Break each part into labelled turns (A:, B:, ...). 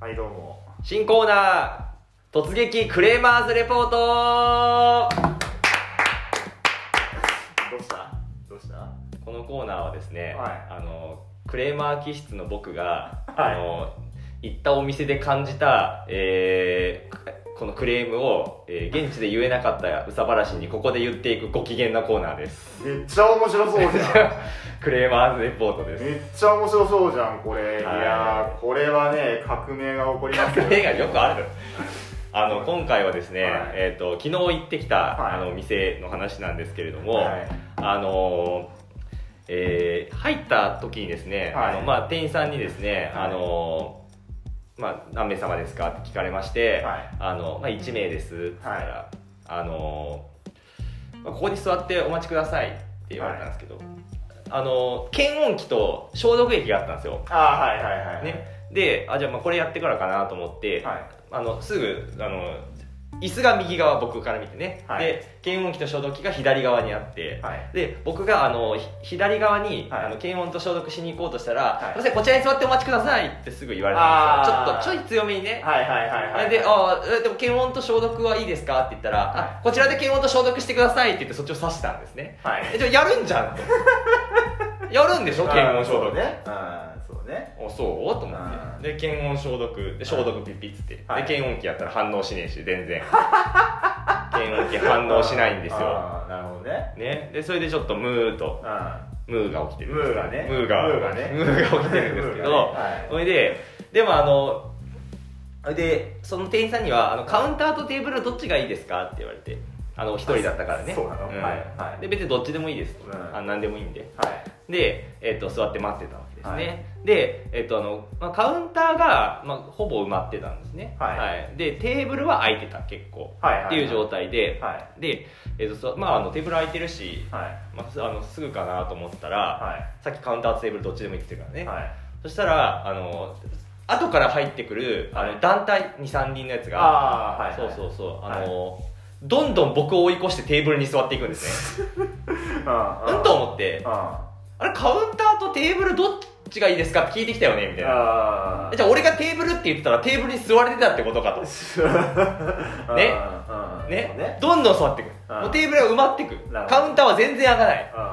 A: はいどうも
B: 新コーナー突撃クレーマーズレポート
A: どうしたどうしたは
B: このコーナーはですね、
A: はい
B: あのクレーマー気質の僕が、
A: はい
B: あの行ったお店で感じた、えーこのクレームを、えー現地で言えなかったうさばらしにここで言っていくご機嫌なコーナーです
A: めっちゃ面白そうじ ゃ
B: クレーマーズレポートで
A: ん
B: す
A: めっちゃ面白そうじゃんこれ、い、
B: はい
A: やーこれはね革命が起こりますよ
B: 革命がよくあるあの今回はですね、
A: はい
B: えー、と昨日行ってきた、
A: はい
B: あのお店の話なんですけれども、
A: はい
B: あのーえー入った時にですね、
A: はい
B: あのまあ、店員さんにですね、
A: はい
B: あのーまあ、何名様ですかって聞かれまして、
A: はい
B: あのまあ、1名ですって言ったら、あのーまあここに座ってお待ちくださいって言われたんですけど、あのー検温器と消毒液があったんですよ、
A: ああはいはいはいはい
B: ね、であじゃあまあこれやってからかなと思って、
A: はい
B: あのすぐあの椅子が右側僕から見てね、
A: はい
B: で検温器と消毒器が左側にあって、
A: はい
B: で僕があのひ左側に、
A: はい
B: あの検温と消毒しに行こうとしたら
A: はい
B: 「すいませんこちらに座ってお待ちください」ってすぐ言われたんですよちょ
A: あー
B: っとちょい強めにね、
A: はいはいはいはい
B: であーえ「でも検温と消毒はいいですか?」って言ったら、
A: は
B: あ「こちらで検温と消毒してください」って言ってそっちを指したんですね
A: はい
B: えじゃあやるん じゃんとやるんでしょ検温消
A: あーそう
B: 毒
A: ねうんそうね
B: おそうと思
A: あ
B: ってで検温消毒で消毒ピッピッつって、
A: はい
B: で検温器やったら反応しねえし全 然検温器反応しないんですよ
A: あーなるほどね
B: ね、でそれでちょっとムーと
A: う
B: ムーが起きてる
A: ムーがね
B: ムーが
A: ムーがね
B: ムーが起きてるんですけど、
A: ムーがねはい
B: それででもあのでその店員さんにはあの「カウンターとテーブルどっちがいいですか?」って言われてあの一人だったからね
A: そうなの
B: ん
A: はいはい
B: で別にどっちでもいいですと、
A: うん
B: あ何でもいいんで
A: んはい
B: で、えっと座って待ってたわけですね、
A: はい
B: で、えっとあのまあ、カウンターが、まあ、ほぼ埋まってたんですね、
A: はい
B: でテーブルは空いてた結構、
A: はいはいはい
B: っていう状態で、
A: は
B: で、えっとそまあ、あのテーブル空いてるし、
A: はい
B: まあ、すあのすぐかなと思ったら、
A: は
B: さっきカウンターとテーブルどっちでも行ってるからね、
A: いはい
B: そしたらあの後から入ってくるあ
A: は
B: の
A: い
B: 団体23人のやつが、
A: ああはい
B: そうそううそうあの、どんどん僕を追い越してテーブルに座っていくんですね
A: うん
B: うんと思って
A: あ
B: あれカウンターとテーブルどっちがいいですかって聞いてきたよねみたいな
A: あ
B: えじゃあ俺がテーブルって言ってたらテーブルに座れてたってことかと
A: ゃ
B: ね
A: ね
B: ねどんどん座っていく
A: うん
B: もうテーブルは埋まっていく
A: なるほど
B: カウンターは全然上がない
A: うん
B: なん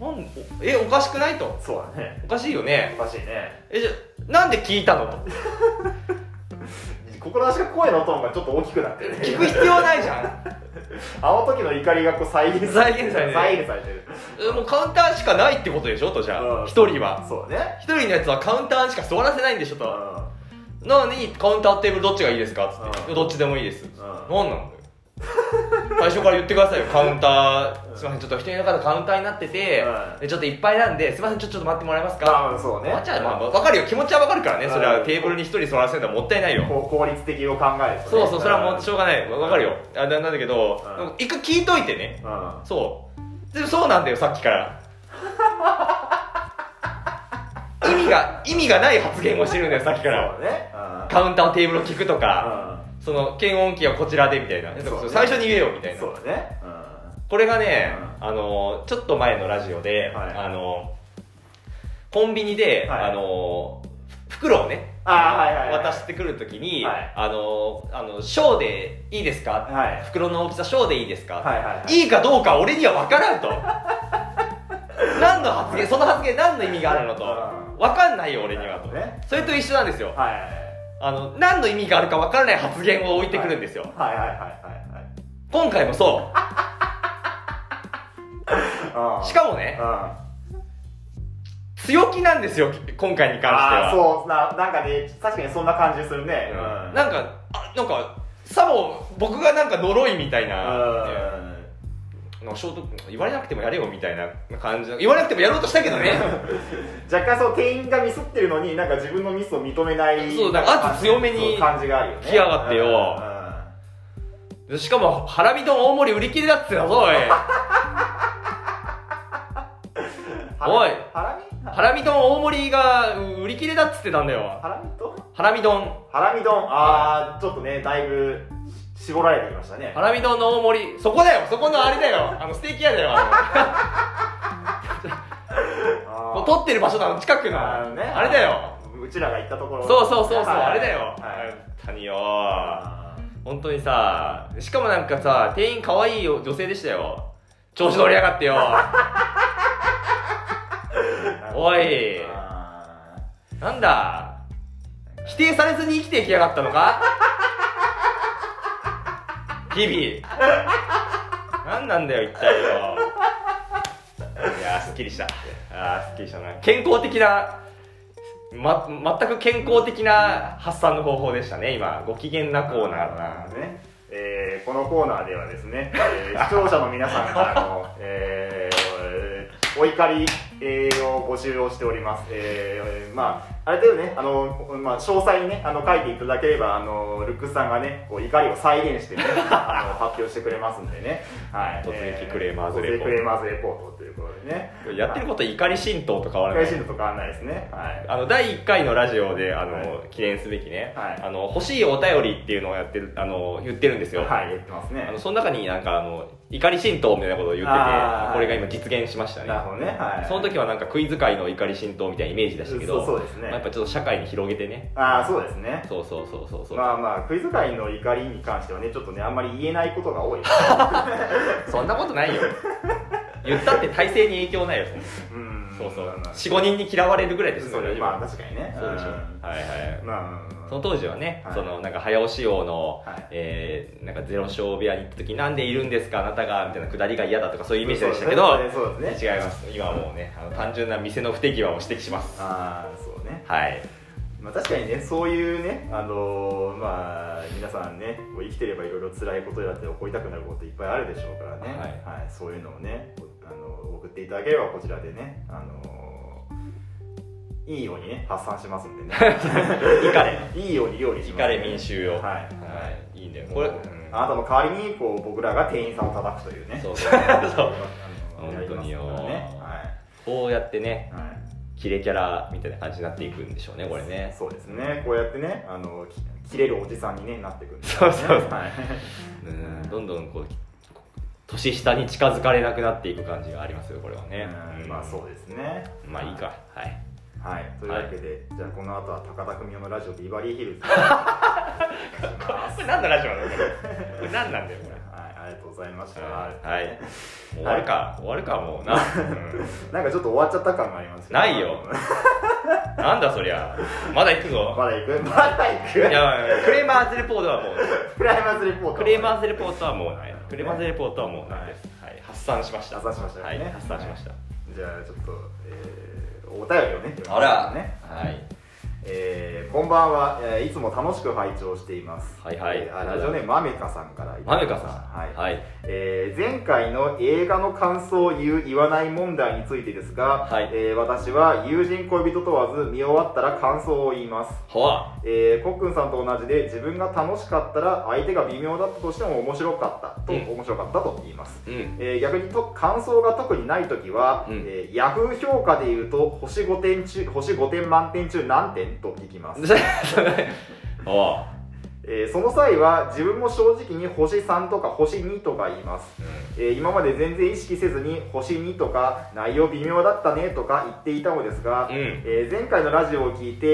B: おえおかしくないと
A: そうだね
B: おかしいよね
A: おかしいね
B: えじゃあなんで聞いたのと
A: 心なしか声のトーンがちょっと大きくなってるね
B: 聞 く必要ないじゃん
A: あの時の怒りがこう再現されてる
B: 再現されてる
A: 再現されてる
B: えもうカウンターしかないってことでしょとじゃ
A: うん
B: あ一人は
A: そうね
B: 一人のやつはカウンターにしか座らせないんでしょ
A: うん
B: となのにカウンターテーブルどっちがいいですかっつって
A: うん
B: どっちでもいいです
A: ん
B: 何なんだよ最初から言ってくださいよカウンターすいませんちょっと一人の方カウンターになってて
A: うん
B: でちょっといっぱいなんですいませんちょっとちょっと待ってもらえますか
A: ああそうね
B: まあじゃあまあ分かるよ気持ちは分かるからねそれ
A: う
B: は
A: ん
B: テーブルに一人座らせるのはもったいないよ
A: こう効率的を考えるとね
B: そうそうそれはもうしょうがない分かるよあななんだけど
A: うん
B: でも一回聞いといてね
A: うん
B: そうでもそうなんだよさっきから 意味が意味がない発言をしてるんだよさっきから
A: そうねうん
B: カウンターのテーブルを聞くとか、
A: う
B: その検温器はこちらでみたいな、
A: そうね
B: 最初に言えよみたい
A: ん
B: な
A: そうだねうん
B: これがね、
A: う
B: あのちょっと前のラジオで、
A: はい
B: あのコンビニで、
A: はい
B: あの袋をね
A: あーはいはいはい
B: 渡してくるときに、
A: はい
B: あのあの小でいいですか、
A: はい
B: 袋の大きさ小でいいですか、
A: はいはいはい
B: いかどうか俺には分から んと何の発言その発言何の意味があるのと
A: う
B: 分かんないよ俺にはと、
A: ね
B: それと一緒なんですよ
A: はい
B: あの何の意味があるか分からない発言を置いてくるんですよ、
A: はいはいはいはい
B: 今回もそ
A: はいうん
B: うしかもね
A: うん
B: 強気なんですよ今回に関して
A: ああ
B: は
A: ーそうななんかね確かにそんな感じするねうん
B: うんなんかあなんかさも僕がなんか呪いみたいな、
A: う
B: なんかショート言われなくてもやれよみたいな感じの言われなくてもやろうとしたけど ね
A: ん若干そう店員がミスってるのになんか自分のミスを認めない
B: そうなんか圧強めに
A: そう感じがあるよね
B: 来やがってよしかもハラミ丼大盛り売り切れだっつってなぞおいおい
A: ハラミ
B: ハラミ丼大盛りがう売り切れだっつってたんだよ。
A: ハラミと
B: ハラミ丼。
A: ハラミ丼ああちょっとねだいぶ絞られてきましたね
B: ハラミ丼の大盛り。そこだよそこのあれだよあの、ステーキ屋だよあ
A: あ
B: の、
A: ー
B: 取ってる場所だの、近くの。
A: あーね
B: あれだよ。
A: うちらが行ったところ
B: そうそうそうそう、
A: はい
B: あれだよ、
A: はい
B: 谷よ本当にさしかもなんかさ店員可愛いよ女性でしたよ調子乗りや がってよおい
A: あ
B: なんだ否定されずに生きていきやがったのか日々何なんだよ一体よいやーすっきりしたあーすっきりしたな健康的なま全く健康的な発散の方法でしたね今ご機嫌な
A: ー
B: コーナーだな
A: ねえーこのコーナーではですね、え ー視聴者の皆さんからの、えーお怒り、えーを募集をしております、えーまああれだよねあの、まあ、詳細にねあの書いていただければあのルックスさんがねこう怒りを再現 してねあの発表してくれますんでね、はい、
B: 突撃クレーマーズレポート
A: 突撃クレーマーズレポートということでね
B: やってることは怒り浸透と変わらな
A: 返
B: い
A: 信度とかはないですねはい
B: あの第1回のラジオであの、
A: は
B: 記念すべきね、
A: はい
B: あの欲しいお便りっていうのをやってるあの言ってるんですよ、
A: はい言ってますね
B: あのその中になんかあの怒り浸透みたいなことを言って
A: あー
B: てこれが今実現しましたね
A: なるほどねはい
B: その時はなんかクイズ界の怒り浸透みたいなイメージでしたけど
A: そうそうですね
B: まあやっぱちょっと社会に広げてね
A: ああそうですね
B: そうそうそうそうそう、
A: まあまあクイズ界の怒りに関してはねちょっとねあんまり言えないことが 多い
B: そんなことないよ言ったって体制に影響ないよ
A: うん
B: そうそう
A: まあまあ
B: 45人に嫌われるぐらいです
A: そうね
B: 大丈夫
A: まあ確かにね
B: そうでしょ、
A: ん
B: はいはい
A: まあまあ
B: その当時はね、
A: はい
B: そのなんか早押し王の、
A: はい
B: えーなんかゼロ勝部屋に行った時なんでいるんですかあなたがみたいなくだりが嫌だとかそういうイメージでしたけど
A: そうそうですねそうですね
B: 違います今はもうねあの単純な店の不手際を指摘します
A: ああそうね
B: はい
A: まあ確かにねそういうねあのーまあ皆さんねこう生きてればいろいろ辛いことだって起こりたくなることいっぱいあるでしょうからねはい、そういうのをねこあの送っていただければこちらでねあのーいいようにね発散しますんでね
B: イカレ
A: いいように料理し
B: イ
A: ます
B: カ
A: んで
B: レ
A: ね
B: 民衆を
A: はい
B: い、いいんだよこ
A: こ
B: れ、
A: れ、
B: うん
A: あなたの代わりにこう僕らが店員さんを叩くというね
B: そうそうそ
A: あ
B: う
A: のやりますからね
B: 本当によ
A: は
B: こうやってね
A: い、はい
B: キレキャラみたいな感じになっていくんでしょうねこれね
A: そうですねこうやってねあのき切れるおじさんに、ね、なってくるんです
B: そうそうそう
A: はい、
B: うんどんどんこう年下に近づかれなくなっていく感じがありますよこれはね、
A: うんまあそうですね
B: まあいいかはい
A: はいというわけで、じゃあこの後は高田文夫のラジオビバリーヒ ルズ
B: これ何のラジオなんだよこれ何なんだよこれ
A: はい、ありがとうございました、
B: はい、もう終わるか、終わるかもうな、
A: なんかちょっと終わっちゃった感がありますけど
B: ないよなんだそりゃまだ行くぞ
A: まだ行くまだ行く
B: いやいやクレーマーズレポートはもう
A: クライマーズレポート
B: クレーマーズレポートはもうないクレーマーズレポートはもうないです、はい、発散しました
A: 発散しましたね
B: はい発散しました、
A: じゃあちょっと、えーお便りをね読みましょうね
B: はい
A: えーこんばんは、えーいつも楽しく拝聴しています。
B: はいはい
A: えーあラジオネームマメカさんからいた
B: ま
A: だ
B: め
A: き
B: か
A: まし
B: さ
A: た
B: ん
A: はい。
B: はい
A: えー前回の映画の感想を言う言わない問題についてですが、
B: はい
A: えー私は友人恋人問わず見終わったら感想を言います。
B: ほわ
A: えー、コックンさんと同じで自分が楽しかったら相手が微妙だったとしても面白かったと、
B: うん
A: 面白かったと言います。
B: うん
A: えー逆にと感想が特にない時は、
B: うん
A: えー、ヤフー評価でいうと星5点中星5点満点中何点と聞きます、
B: ほわ
A: えーその際は自分も正直に星3とか星2とか言います、えー今まで全然意識せずに星2とか内容微妙だったねとか言っていたのですが、
B: うん
A: えー前回のラジオを聞いて、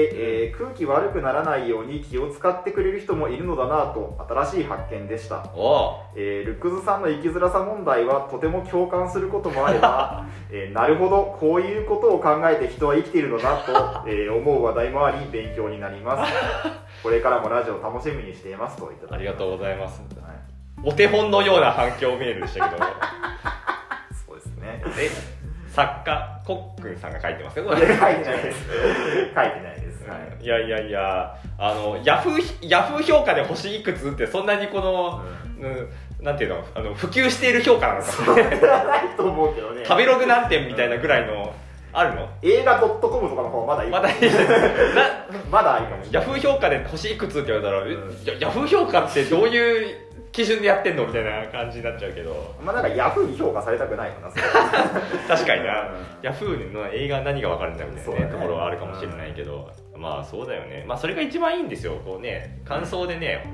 A: えー空気悪くならないように気を使ってくれる人もいるのだなと新しい発見でした
B: お
A: えールックスさんの生きづらさ問題はとても共感することもあれ ば、えーなるほどこういうことを考えて人は生きているのだと、えー思う話題もあり勉強になり ますこれからもラジオ楽しみにしていますといただき
B: ありがとうございます
A: う、はい、
B: お手本のような反響メールでしたけど
A: そうですね
B: え作家コックンさんが書いてますけど
A: 書いてないです書いてないです、はい
B: いやいやいや、あの、ヤフー、ヤフー評価で星いくつって、そんなにこの、うんなんていうの、あの、普及している評価なのか。
A: 知らないと思うけどね
B: 食べログ何点みたいなぐらいの、あるの
A: 映画 .com とかの方がまだいい
B: まだいいですな
A: まだいいかもしれ
B: ヤ
A: ない
B: フー評価で星いくつって言われたら、
A: うん
B: えヤヤフー評価ってどういう基準でやってんのみたいな感じになっちゃうけ ど、
A: まあなんかヤフーに評価されたくないかなそれ
B: 確かにな
A: うん、
B: ヤフーの映画何が分かるんだみたい
A: そう
B: な、
A: だ
B: ね
A: ね
B: ところはあるかもしれないけど、まあそうだよね。まあそれが一番いいんですよ。こうね、感想でね、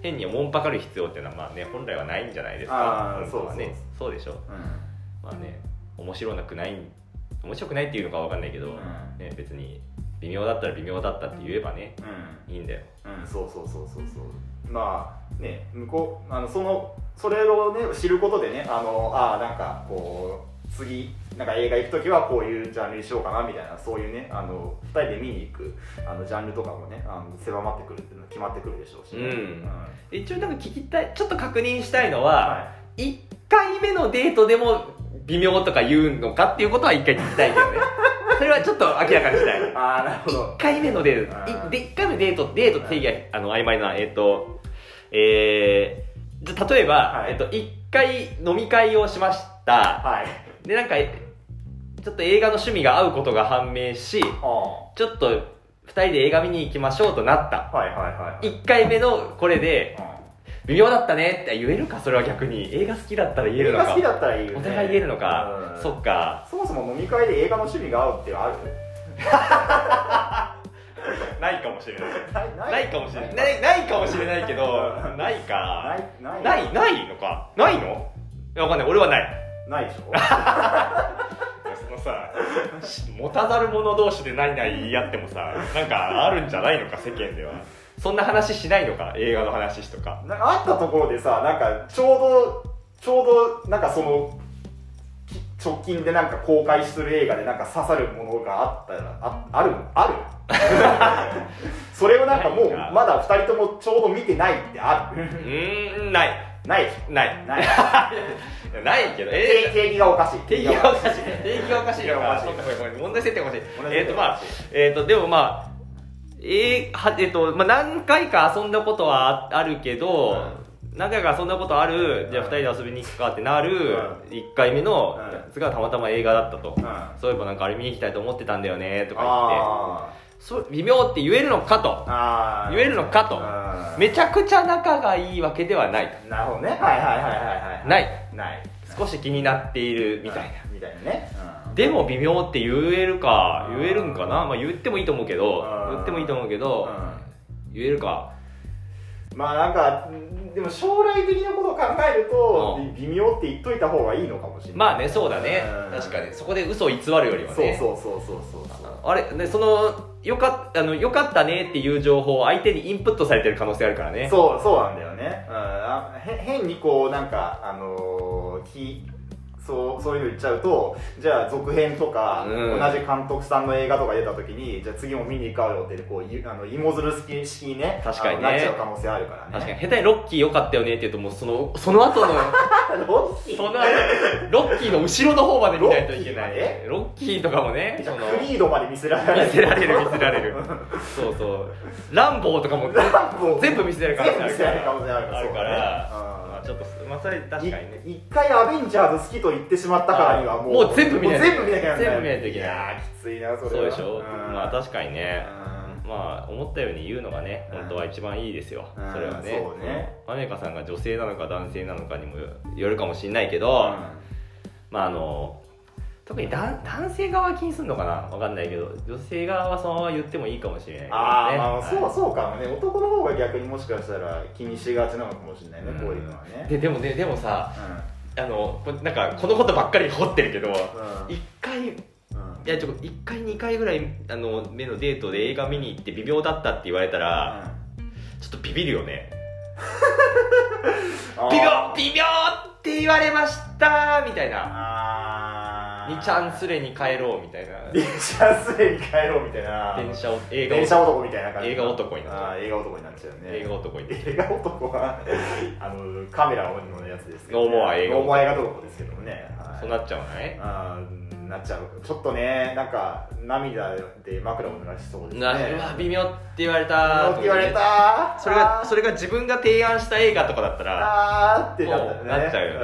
B: 変におもんぱかる必要っていうのはまあね本来はないんじゃないですか
A: あーそうそう
B: 本当はねそうでしょ
A: う
B: まあね面白なくない面白くないっていうのかわかんないけど、
A: んうん
B: ね、別に微妙だったら微妙だったって言えばね
A: うん
B: いいんだよ
A: うん、そうそうそうそうそうまあね向こうあのそのそれをね知ることでねあのああなんかこう次なんか映画行く時はこういうジャンルにしようかなみたいなそういうねあの2人で見に行くあのジャンルとかもねあの狭まってくるっていうのは決まってくるでしょうし、ね
B: うん
A: うん
B: 一応なんか聞きたいちょっと確認したいのは、
A: は
B: 一1回目のデートでも微妙とか言うのかっていうことは1回聞きたい けどねそれはちょっと明らかにしたい
A: い、ああなるほど
B: 1回目のデ
A: あ
B: ート
A: ー
B: いで1回目のデートデートって定義があの曖昧なえっ、とえー、じゃ例えば、
A: はい
B: えっと1回飲み会をしました
A: はい
B: でなんかちょっと映画の趣味が合うことが判明し
A: ああ
B: ちょっと2人で映画見に行きましょうとなった
A: はいはいはい
B: 1回目のこれで
A: う
B: 微妙だったねって言えるかそれは逆に映画好きだったら言
A: ん
B: える
A: 映
B: の
A: 画
B: か
A: 好きだったらいいよ、ね、
B: お互い言えるのか、
A: うん
B: そっか
A: そもそも飲み会で映画の趣味が合うってある
B: ないかもしれない
A: ないな
B: ないかもしれないないないかもしれないけど
A: うん
B: ないか
A: ないない
B: ないないのかないのいやわかんない俺はない
A: ないでしょ
B: そのさし持たざる者同士でないない言い合ってもさなんかあるんじゃないのか世間ではそんな話しないのか映画の話とか
A: なんかあったところでさなんかちょうどちょうどなんかそのき直近でなんか公開する映画でなんか刺さるものがあったらああるある それをなんかもう
B: ないか
A: まだ2人ともちょうど見てないってあ
B: う
A: る
B: ーんない
A: ないでし
B: ない
A: ょない
B: いやないけど
A: 定
B: え
A: 定義がおかしい
B: 定義がおかしい定義がおかしい
A: 定義
B: の
A: がおか
B: か
A: しい
B: そうかごめんごめん問題設定がおかしい
A: 同じ
B: えっ、とまあえっ、とでもまあえーはえーとまあ、何回か遊んだことはああるけど、何回か遊んだことあるじゃあ
A: うん
B: 2人で遊びに行くかってなる、1回目の
A: うん
B: やつがたまたま映画だったと、
A: うんあ
B: そういえばなんかあれ見に行きたいと思ってたんだよねとか
A: あ
B: 言ってそう微妙って言えるのかと
A: ああ
B: 言えるのかと
A: と
B: めちゃくちゃ仲がいいわけではない
A: なるほどねはいはいはいはいはい
B: ない
A: ない
B: 少し気になっているみたいな
A: みたいなねうん
B: でも微妙って言えるか言えるんかな、まあ、言ってもいいと思うけど
A: うん
B: 言ってもいいと思うけ
A: う
B: ど
A: ん
B: 言えるか
A: まあなんかんでも将来的なことを考えると
B: う
A: 微微妙って言っといた方がいいのかもしれない
B: まあねそうだね
A: うん
B: 確かにそこで嘘を偽るよりは
A: そう
B: ね
A: そうそうそうそうそう
B: あれでそのよかっあのよかったねっていう情報を相手にインプットされてる可能性あるからね
A: そうそうなんだよね、うん、あへ変にこうなんかあのーきそうそういうの言っちゃうとじゃあ続編とか、
B: うん
A: 同じ監督さんの映画とか出た時にじゃあ次も見に行こうよってこういあの芋づる式式にね
B: 確かにね
A: あのなっちゃう可能性あるからね
B: 確かに下手にロッキーよかったよねって言うともうそのそ の後の
A: にロッキー
B: その後ロッキーの後ろの方まで見ないといけな
A: ロッキーま
B: いロッキーとかもね
A: じ
B: そ
A: ゃあ
B: の
A: クリードまで見せられる
B: 見せら れる見せられるそうそうランボーとかも
A: ランボー
B: 全部見せられる可
A: 全部
B: 能性あるから
A: 見せられる可能性あるから
B: あるから
A: そうねうん
B: まあちょっとまあそれ確かにね
A: い一回アベンジャーズ好きと言ってしまったからにはもう
B: もう全部見ない
A: もう全部見なきゃ
B: 全部見ないといけない
A: やーきついなそれは
B: そうでしょまあ
A: た
B: 確かにねまあ思ったように言うのがね
A: うん
B: 本当は一番いいですよ
A: うん
B: それはね
A: そうね
B: マネカさんが女性なのか男性なのかにもよよるかもしれないけどまああの特に男男性側は気にするのかなわかんないけど女性側はそのまま言ってもいいかもしれないですね
A: あーまあそう
B: は
A: そうかもね男の方が逆にもしかしたら気にしがちなのかもしれないね
B: うん
A: こういうのはいね
B: ででもねでもさ
A: う
B: あのこなんかこのことばっかり掘ってるけど
A: んうん
B: 一回
A: うん
B: いやちょっと1回2回ぐらいあの目のデートで映画見に行って微妙だったって言われたら、ちょっとビビるよね
A: うん
B: 微
A: あ
B: 妙
A: ー
B: 微妙って言われましたみたい
A: あ
B: な
A: ー
B: 2チャンスレに帰ろうみたいな
A: 二チャンスで帰ろうみたいな
B: 電車を映画を
A: 電車男みたいな感じ
B: 映画男になっちゃう
A: あー映画男になっちゃうね
B: 映画男に
A: 映画男はあのカメラのやつですけど、
B: ノーモア映画
A: ノーモア映画男ですけどもね、はい
B: そうなっちゃうのね
A: あーなっちゃうちょっとねなんか涙で枕を濡らしそうですね
B: なうわ微妙って言われ
A: あー
B: た
A: って言われた
B: それがそ
A: れ
B: れが自分が提案した映画とかだったら
A: あーって
B: も
A: なったよ
B: う
A: ね
B: なっちゃうよね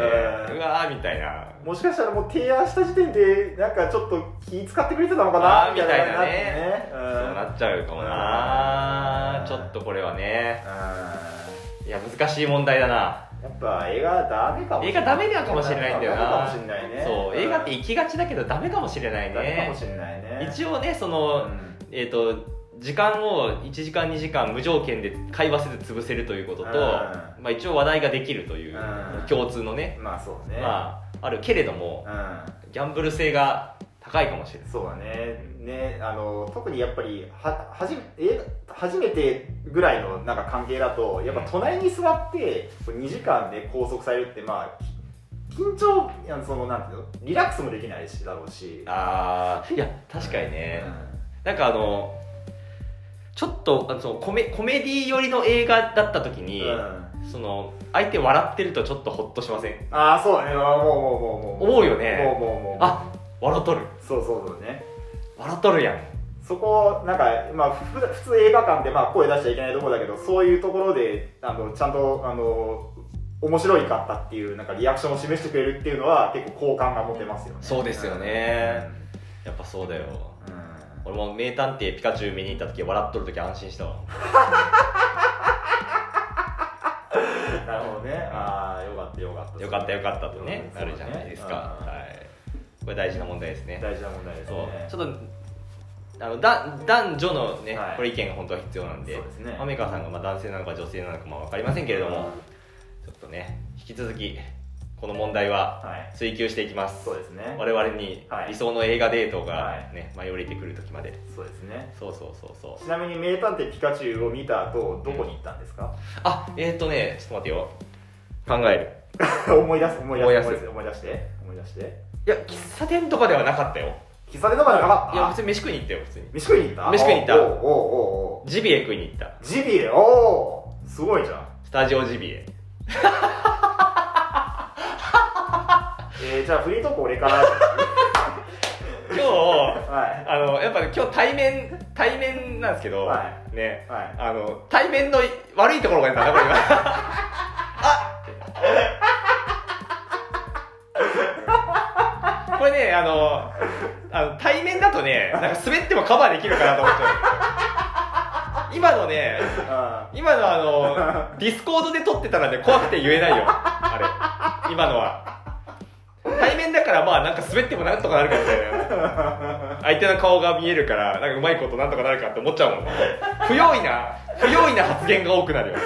A: う
B: うんわーみたいな
A: もしかしたらもう提案した時点でなんかちょっと気使ってくれてたのかな
B: あーみたいなね
A: みたいな
B: そう
A: のにな
B: な
A: ってね
B: っちゃうかもなちょっとこれはね
A: うんうん
B: いや難しい問題だな
A: やっぱ映画ダメかもしれ
B: 映
A: ない
B: 画ダメなのかもしれないんだよな
A: ダメかもしれないね
B: そう映画って行きがちだけどダメかもしれない
A: ダメかも
B: ね
A: しれないね
B: 一応ねその、
A: うん
B: えっ、と時間を1時間2時間無条件で会話せず潰せるということと、
A: うん
B: まあ、一応話題ができるという
A: うん
B: 共通のね、
A: まあそうね
B: まああるけれども
A: あ
B: ギャンブル性が高いかもしれない
A: そうだねねあの特にやっぱりははじめ映画初めてぐらいのなんか関係だとやっぱ隣に座って2時間で拘束されるってまあき緊張いやそのなんていうのリラックスもできないしだろうし
B: ああいや確かにね、なんかあのちょっとあのそのコメコメディ寄りの映画だった時
A: うん
B: に、
A: うん
B: その相手笑ってるとちょっとホッとしません
A: ああそうだねあーもうもうもうもう
B: 思うよ
A: も
B: ね
A: うもうもう
B: あ笑っとる
A: そうそうそうね
B: 笑っとるやん
A: そこなんか、まあ、ふ普通映画館でまあ声出しちゃいけないところだけどそういうところであのちゃんとあの面白いかったっていうなんかリアクションを示してくれるっていうのは結構好感が持てますよね
B: そうですよねやっぱそうだよ
A: うん
B: 俺も名探偵ピカチュウ見に行った時笑っとる時安心したわ
A: なるほどねああよかったよかった
B: よかったよかったとね
A: うん
B: なるじゃないですか、
A: うん
B: はいこれ大事な問題ですね
A: 大事な問題です
B: そう
A: ね
B: ちょっとあのだ男女のね、
A: はい
B: これ意見が本当は必要なんで
A: そうですね
B: 雨川さんがまあ男性なのか女性なのかまあ分かりませんけれどもちょっとね引き続きこの問題は
A: はい
B: 追求していきます
A: そうですね
B: 我々に
A: はい
B: 理想の映画デート
A: は
B: が、ね舞い降りてくる時まで
A: そうですね
B: そうそうそうそう
A: ちなみに名探偵ピカチュウを見た後どこに行ったんです か
B: あえっ、ー、とねちょっと待ってよ考える
A: 思い出す思い出す
B: 思い出す
A: 思い出して思い出して
B: いや喫茶店とかではなかったよ
A: 喫茶店とかじゃなかった
B: いや普通に飯食いに行ったよ普通に
A: 飯食いに行った
B: 飯食いに行った
A: おうおうおうおう
B: ジビエ食いに行った
A: ジビエおおすごいじゃん
B: スタジオジビエ
A: えー、じゃあフリートーク俺から
B: 今日
A: はい
B: あのやっぱね今日対面対面なんですけど、
A: は
B: ね
A: はい
B: あの対面の悪いところが出たねこれ今あこれねあのあの対面だとねなんか滑ってもカバーできるかなと思っちゃう今のね
A: あ
B: 今の あのディスコードで撮ってたらね怖くて言えないよあれ今のは対面だからまあなんか滑ってもなんとかなるかみたいな相手の顔が見えるからなんかうまいことなんとかなるかって思っちゃうもんね不用意な不用意な発言が多くなるよ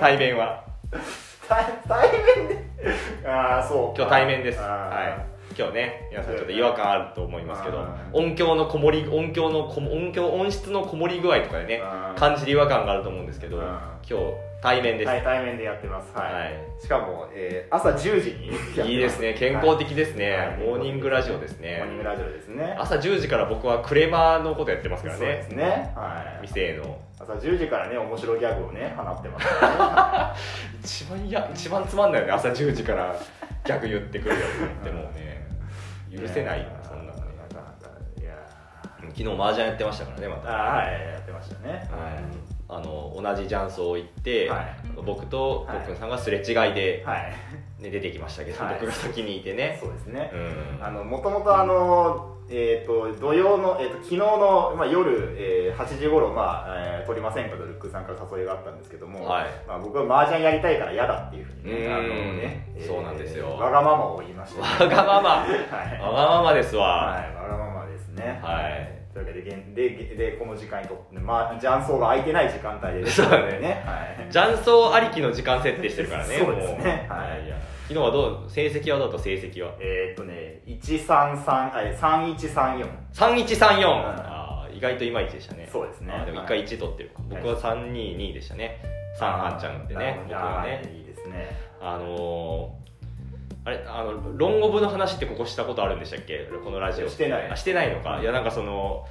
B: 対面は
A: ー対対面でああそう
B: 今日対面です
A: あー
B: はい今日ね皆さんちょっと違和感あると思いますけど
A: あー
B: 音響のこもり音響のこも音響音質のこもり具合とかでね
A: あー
B: 感じる違和感があると思うんですけど
A: うん
B: 今日対面です
A: はい対面でやってますはい、
B: はい
A: しかも、えー、朝10時にやってます
B: いいですね健康的ですね、
A: はい
B: モーニングラジオですね
A: モーニングラジオですね
B: 朝10時から僕はクレマーのことやってますから
A: そうで
B: ね
A: すねはい
B: 店への
A: 朝10時からね面白いギャグをね放ってます
B: 一番いや一番つまんないよね朝10時から逆言ってくるやつってもうね許せない
A: やー
B: そんなのね
A: なかなかいや
B: 昨日麻雀やってましたからねま
A: ー
B: た
A: あーはいやってましたね
B: はいあの同じジャンソー行って、
A: はい
B: 僕とコ
A: はい
B: ックンさんがすれ違いで、
A: はい
B: ね、出てきましたけど、
A: はい
B: 僕が先にいてね
A: そうですね、
B: うん
A: あのもともとあの、えー、と土曜の、えー、と昨日の、まあ、夜、えー8時頃まあ、えー撮りませんかとルックさんから誘いがあったんですけども、
B: はい
A: まあ、僕は麻雀やりたいから嫌だっていうふうにね
B: うん
A: あのね、
B: そうなんですよ
A: わがままを言いましたね、
B: わがまま
A: はい
B: わがままですわ、
A: はい、わがままですね
B: はい
A: というわけで現でででこの時間にとって、まあ、雀荘が空いてない時間帯で
B: そうだね
A: はい、
B: 雀荘ありきの時間設定してるからね
A: そうですね
B: もう
A: はい
B: や昨日はどう成績はどうだった成績は
A: えーっとね133あ3134
B: 3134、あー意外といまいちでしたね
A: そうですね
B: あーでも1
A: は
B: 回
A: い
B: 1取ってるか、僕は322でしたね三半ちゃんって
A: なる
B: ね
A: ほど
B: 僕は
A: あ
B: ね
A: ーいいですね
B: あのーあれあの論語部の話ってここしたことあるんでしたっけこのラジオ
A: してない
B: あしてないのかいやなんかその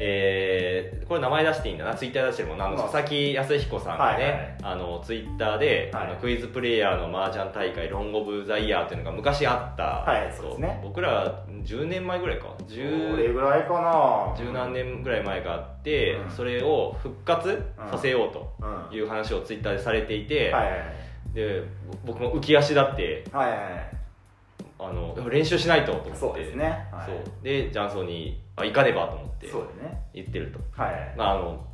B: えーこれ名前出していいんだなツイッター出してるもんなあの
A: まあ
B: 佐々木康彦さんがね、
A: はいはい
B: あのツイッターで、
A: はい
B: あのクイズプレイヤーの麻雀大会ロンゴブザイヤーっていうのが昔あった、
A: はいそうですね
B: 僕ら10年前ぐらいか
A: これ
B: 10
A: ぐらいかな
B: 十何年ぐらい前があって、
A: うん
B: それを復活させようと
A: うんはい
B: いう話をツイッターでされていて、
A: はい
B: で僕も浮き足だって
A: はいはい
B: あの練習しないとと思って
A: そうですねはい
B: そうでジャンソンにあ行かねばと思って
A: そうだね
B: 言ってると
A: はい
B: まああの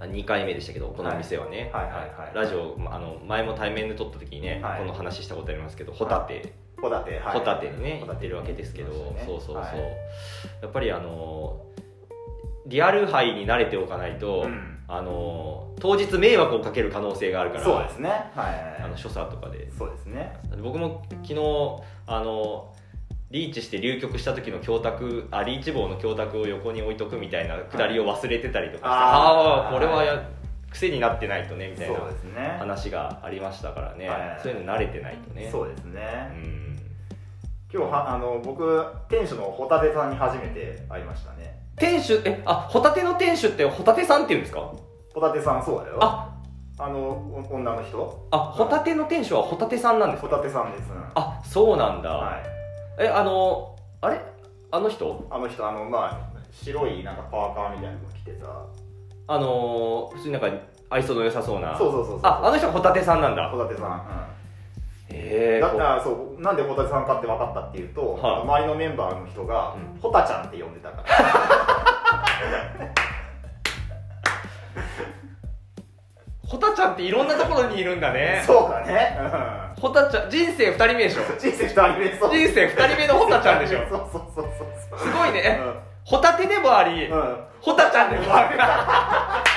B: 2回目でしたけどこの店はね、
A: はいはいはいはい
B: ラジオまああの前も対面で撮った時にね、
A: はい
B: この話したことありますけどホタテ、
A: ホタテはい
B: ホタテにね
A: ホ
B: 行
A: タ
B: って
A: テ
B: るわけですけど、
A: 行きましたね
B: そうそうそう、
A: はい
B: やっぱりあのリアル杯に慣れておかないと、
A: うん
B: あの当日迷惑をかける可能性があるから
A: そうですね
B: あ
A: は
B: の所作とかで
A: いそうですね
B: 僕も昨日あのリーチして流局した時の教託あリーチ棒の教託を横に置いとくみたいなくだりを忘れてたりとかして、
A: あー
B: ああーこれはや癖になってないとねみたい
A: そう
B: な
A: ですね
B: 話がありましたからね、
A: はい
B: そういうの慣れてないとね
A: そうですね、
B: うん
A: 今日はあの僕店主のホタテさんに初めて会いましたね
B: 店主えあホタテの店主ってホタテさんっていうんですか
A: ホタテさんそうだよ
B: あ
A: あのお女の人
B: あホタテの店主はホタテさんなんです
A: ホ
B: か
A: タテさんです、うん
B: あそうなんだ、
A: はい、
B: えあのあれあの人
A: あの人あのまあ白いなんかパーカーみたいなの着てた
B: あのー普通になんか愛想の良さそうな
A: そうそうそうそう
B: ああの人がホタテさんなんだ
A: ホタテさん、う
B: へ
A: ん、
B: え
A: だからそうなんでホタテさんかって分かったっていうと、
B: はい
A: 周りのメンバーの人が、
B: うん
A: ホタちゃんって呼んでたから
B: ホタちゃんっていろんなところにいるんだね
A: そうだね、
B: ホタちゃん人生2人目でしょ
A: うん、人生2人目そう
B: 人生2人目のホタちゃんでしょ
A: そうそうそうそうそう
B: すごいねえ
A: うん
B: ホタテでもあり
A: うん
B: ホタちゃんでもある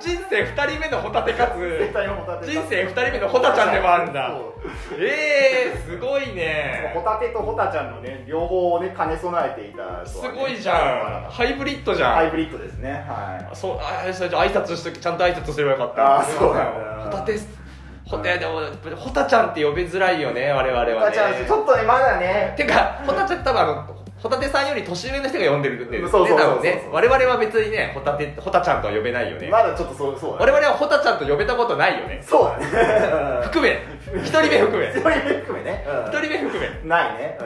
B: 人生2人目のホタテか
A: 絶
B: つ
A: 対ホタテ
B: 人生2人目のホタちゃんでもあるんだ
A: そう
B: ええー、すごいね
A: ホタテとホタちゃんのね両方をね兼ね備えていたとはね、
B: すごいじゃんハイブリッドじゃ
A: ハ
B: ん
A: イブリッドですねは
B: そうあそれじゃあ挨拶しときちゃんと挨拶すればよかった
A: あーそうだね
B: ホタテホタでもやっぱりホタちゃんって呼びづらいよね我々
A: いホ
B: は
A: タ
B: ね
A: ちゃんちょっとねまだね
B: てかホタちゃん多分あのホタテさんより年上の人が呼んでるんで、ね、
A: そうそうそうそう
B: 多分ね我々は別にねホタテホタちゃんとは呼べないよね
A: まだちょっとそうそうだ
B: 我
A: ね
B: 々はホタちゃんと呼べたことないよね
A: そうだね
B: 含め一人目含め
A: 一
B: 一
A: 人目含めね一
B: 人目含め
A: 目ないね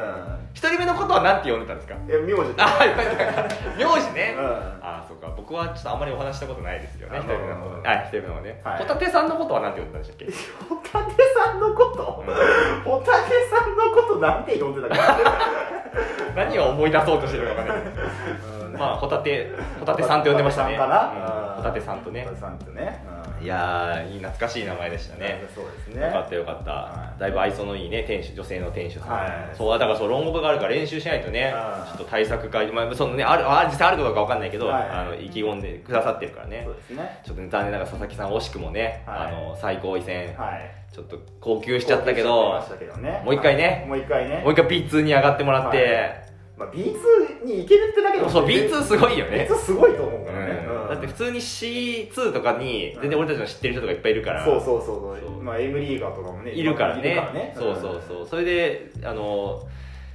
B: 一人目のことは何て呼んでたんですか
A: うんえ名字
B: あよかった名字ね、
A: うん
B: あそうか僕はちょっとあんまりお話したことないですよね
A: あ
B: 一人目のこ
A: うん
B: とはい一人目のね、
A: はい
B: ホタテさんのことは何て呼んでたんでしたっけ
A: ホタテさんのことホタテさんのことなんて呼んでたかな
B: 何を思い出そうとしてるのかね
A: うん
B: まあホタテホタテさんと呼んでましたね
A: ホタテさんかな
B: うんホタテさんとね
A: ホタテさんとねうん
B: いやーいい懐かしい名前でしたね
A: そうです
B: よか
A: ね
B: ったよかった、
A: はい
B: だいぶ愛想のいいね店主女性の店主さん、
A: はい
B: そうだからそう論語があるから練習しないとね
A: うん
B: ちょっと対策会、まあ、そのねあるあ実際あるかどうかわかんないけど、
A: はい
B: あの意気込んでくださってるからね
A: そうですね
B: ちょっとね残念ながら佐々木さん惜しくもね、
A: はい
B: あの最高位戦、
A: はい
B: ちょっと高級しちゃったけ
A: しち
B: ど
A: ゃいましたけどね
B: もう一回ね
A: もう一回ね
B: もう一回 B2 に上がってもらって、
A: はいまあ、B2 に行けるってだけ
B: で
A: で
B: も
A: も
B: そう B2 すごいよね
A: B2 すごいと思う
B: う
A: からね、
B: ん
A: うん
B: だって普通に C2 とかに全然俺たちの知ってる人とかいっぱいいるから、
A: そうそうそう
B: そう
A: まあ M リーガーとかもね
B: いるからね
A: いるからね
B: そうそうそううそれであの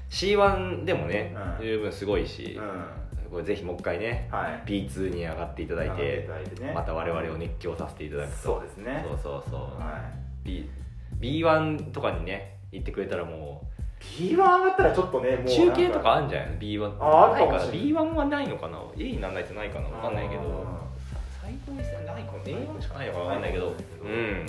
B: C1 でもね、
A: うん
B: 十分すごいし
A: ん、、
B: これぜひもう一回ね
A: はい
B: B2 に上がっていただいて
A: 上がっていただいてね
B: また我々を熱狂させていただくと
A: そうですね
B: そうそうそう、
A: は
B: B B1 とかにね行ってくれたらも
A: い B1 上がったらちょっとねもう
B: う中継とか
A: あ
B: あるんじゃないの B1
A: ああ
B: な
A: るか
B: いか
A: もし
B: な
A: れ
B: B1 はないのかな A にならないとないかなわかんないけど最高にしてないかな A1 しかないのかわかんないけど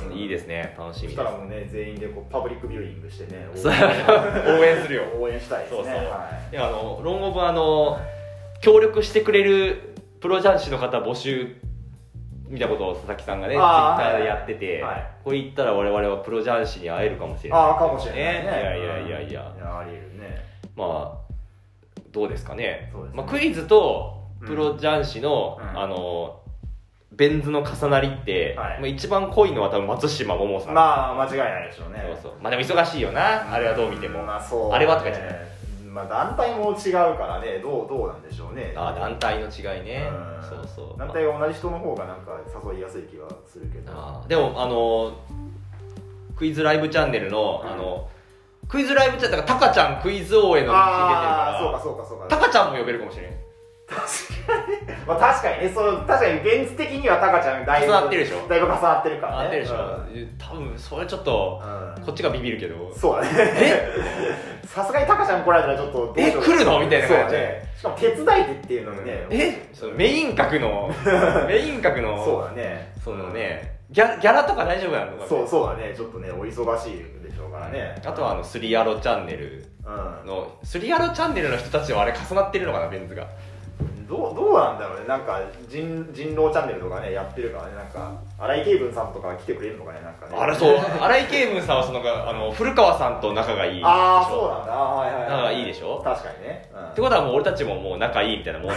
B: うんいいですね楽し
A: そ
B: みで
A: し
B: す
A: たらもうね全員でこうパブリックビューイングしてね
B: そう応援するよ
A: 応援したいですね
B: そうそう
A: はい
B: やあの論語もあの協力してくれるプロ雀士の方募集みたいなことを佐々木さんがねツイ
A: あー
B: ッターでやってて、
A: はい
B: これ行ったら我々はプロ雀士に会えるかもしれない
A: ああかもしれないね
B: いやいやいやいや
A: うんありえるね
B: まあどうですかね
A: そうですね
B: まあ、クイズとプロ雀士の、
A: うん
B: あのベン図の重なりって、
A: はい
B: まあ、一番濃いのは多分松島桃さん、
A: まあ間違いないでしょうね
B: そうそうまあでも忙しいよなあれはどう見ても、
A: まあそう
B: あれはとか言っちゃった
A: うんまあ団体も違うからねどうどうなんでしょうね
B: あー団体の違いね、
A: うん
B: そうそう
A: 団体が同じ人の方がなんか誘いやすい気はするけど
B: あーでもあのクイズライブチャンネルの,、
A: うん
B: あのクイズライブチャンネルだからタカちゃんクイズ王への道
A: あー
B: に出てるから
A: そうかそうかそう
B: タ
A: か
B: カちゃんも呼べるかもしれない
A: まあ確かにねそう確かに現実的にはタカちゃんだいぶ
B: 重なってるでしょ
A: だいぶ重なってるからね
B: あってるでしょ、多分それちょっと
A: うんうん
B: こっちがビビるけど
A: そうだね
B: え
A: さすがにタカちゃん来られたらちょっとどうし
B: え
A: よう
B: 来るのみたいな
A: そう
B: 感じ
A: ねしかも手伝いでっていうのもね
B: えそのメイン 格のメイン格の
A: そうだね
B: そのねギャギャラとか大丈夫なのかね
A: そうそうだねちょっとねお忙しいでしょうからね
B: あとはあのスリアロチャンネル
A: うん
B: のスリアロチャンネルの人たちはあれ重なってるのかなベンズが
A: どうどうなんだろうね、なんか人人狼チャンネルとかね、やってるからね、なんか、荒井慶文さんとか来てくれるのかね、なんかね。
B: あ れそう荒井慶文さんはそのあの古川さんと仲がいい
A: あーそうなんだ、あーはいはい、
B: 仲がいいでしょ
A: 確かにね。うん
B: ってことはもう俺たちももう仲いいみたいなもんだ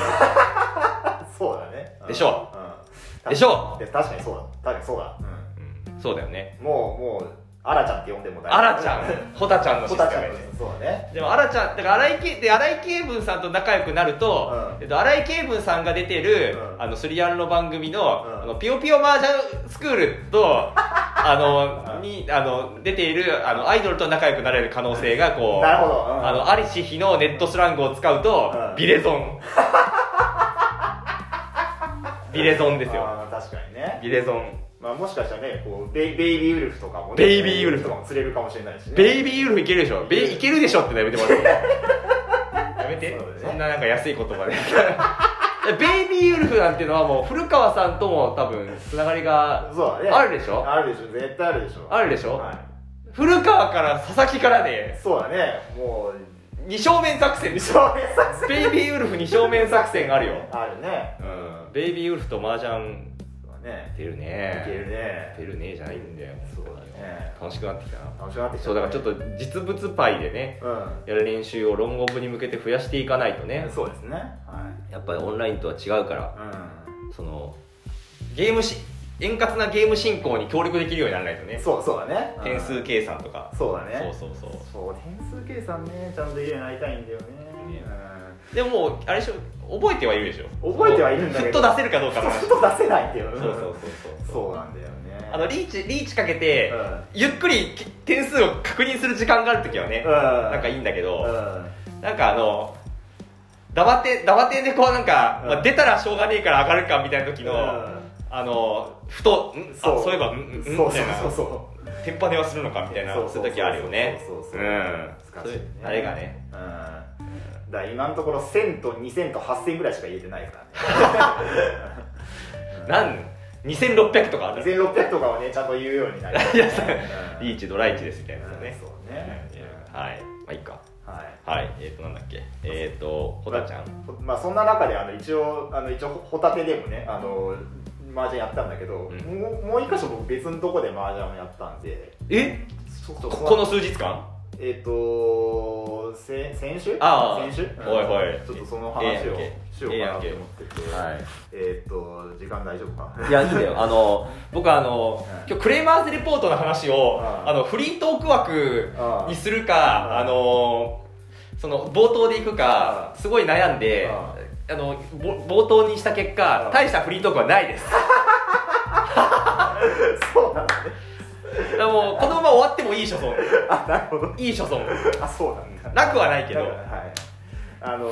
A: そうだね。うん
B: でしょ
A: うん
B: でしょ
A: で確かにそうだ、確かにそうだ。
B: うんそうだよね
A: うんもう、もう、アラちゃんって呼んでも大
B: アラちゃんホタちゃんのシ
A: ホ
B: ステ
A: タちゃん
B: ムや
A: で
B: ね
A: すそうだね
B: でも荒ちゃんだから荒井圭で荒井圭文さんと仲良くなると、
A: うん
B: えっと、荒井圭文さんが出てる、
A: うん
B: あのスリアンの番組の,、
A: うん
B: あのピヨピヨマージャンスクール とあ
A: う
B: の
A: ん
B: にあの出ているあのアイドルと仲良くなれる可能性がこう
A: なるほどうん
B: あのありし日のネットスラングを使うと、
A: うん
B: ビレゾンビレゾンですよ
A: あー確かにね
B: ビレゾン
A: まあもしかしたらねこうベイベイビーウルフとかもね
B: ベイビーウルフ
A: とかも釣れるかもしれないしね
B: ベイビーウルフいけるでしょベイいけるでしょってのやめてもら っていいやめて
A: そうだね
B: そ,、んななんか安い言葉で ベイビーウルフなんていうのはもう古川さんとも多分つながりが
A: そうだね
B: あるでしょ
A: あるでしょ絶対あるでしょ
B: あるでしょ、
A: は
B: 古川から佐々木から
A: い
B: で
A: そうだねもう
B: 二正面作戦で
A: 一
B: す
A: 生
B: よ
A: 懸命作
B: ベイビーウルフ二正面作戦があるよ
A: 戦あるね
B: うんベイビーウルフと麻雀
A: そうだね
B: 出る
A: い
B: ね
A: けるね
B: 出るねじゃないんだよ
A: そうだね
B: 楽しくなってきたな
A: 楽しくなってきた
B: そうだからちょっと実物パイでね
A: うん
B: やる練習を論語部に向けて増やしていかないとね
A: そうですねは
B: やっぱりオンラインとは違うから
A: い
B: そのゲームし円滑なゲーム進行に協力できるようにならないと
A: う
B: ね
A: んそうそうだねうん
B: 点数計算とか、
A: そうだね
B: そうそうそ
A: そう点数計算ねちゃんと言えるようになりたいんだよね
B: ねうでももうあれでしょ覚えてはいるでしょ
A: 覚えてはいるんだけど
B: ふっと出せるかどうか の話
A: ち
B: そ
A: ょ
B: う
A: っと出せないっていう
B: そうそうそう
A: そうなんだよね
B: あのリーチリーチかけて、
A: うん
B: ゆっくりき点数を確認する時間がある時はね、
A: うん
B: なんかいいんだけど、
A: うん
B: なんかあの黙って黙ってでこうなんか、
A: うん
B: まあ、出たらしょうがねえから上がるかみたいな時の、
A: うん
B: あのふとんあそういえばんんんみたいな
A: そうそうそう
B: テンパネはするのかみたいな
A: そうそ
B: そ
A: そ
B: う
A: う
B: ういう時あるよね
A: そうそうそう
B: うん
A: 難
B: そう
A: しいね
B: いうあれがね
A: うんだから今のところ1000と2000と8000ぐらいしか言えてないからね
B: なん2600とかある
A: 2600とかはねちゃんと言うようになりま
B: いや
A: した
B: そう
A: ねうん
B: リーチドライチですみたいな
A: う
B: やつ
A: ん
B: ね
A: そうね
B: うんはいまあいいか
A: はい
B: はいえっ、となんだっけえっ、とホタちゃん
A: まあそんな中であの一応あの一応ホタテでもねあの麻雀やったんだけど、
B: うん
A: もうもう一箇所僕別のとこで麻雀をやったんで
B: え
A: ちょっ
B: ことこの数日間
A: えっ、とせ先週
B: ああ
A: 先週
B: おいおい
A: ちょっとその話を
B: え
A: し
B: え
A: よう
B: やんけ
A: かなん
B: ええやけ
A: と思ってて、
B: はい
A: えっ、と時間大丈夫か
B: いや、いいんだよ。あの、僕あの
A: うん、
B: 今日クレーマーズレポートの話を、
A: うん
B: あの、フリートーク枠にする
A: う
B: か、
A: ん
B: あの、その、冒頭でいくか、すごい悩んで、あの、ぼ冒頭にした結
A: う
B: 果
A: ん、
B: 大したフリートークはないです。
A: そうなんだね
B: だからもう、このまま終わってもいい所存。
A: あなるほど
B: いい所存。
A: あそうなんだ
B: なくはないけ
A: だから
B: ど。
A: はいあの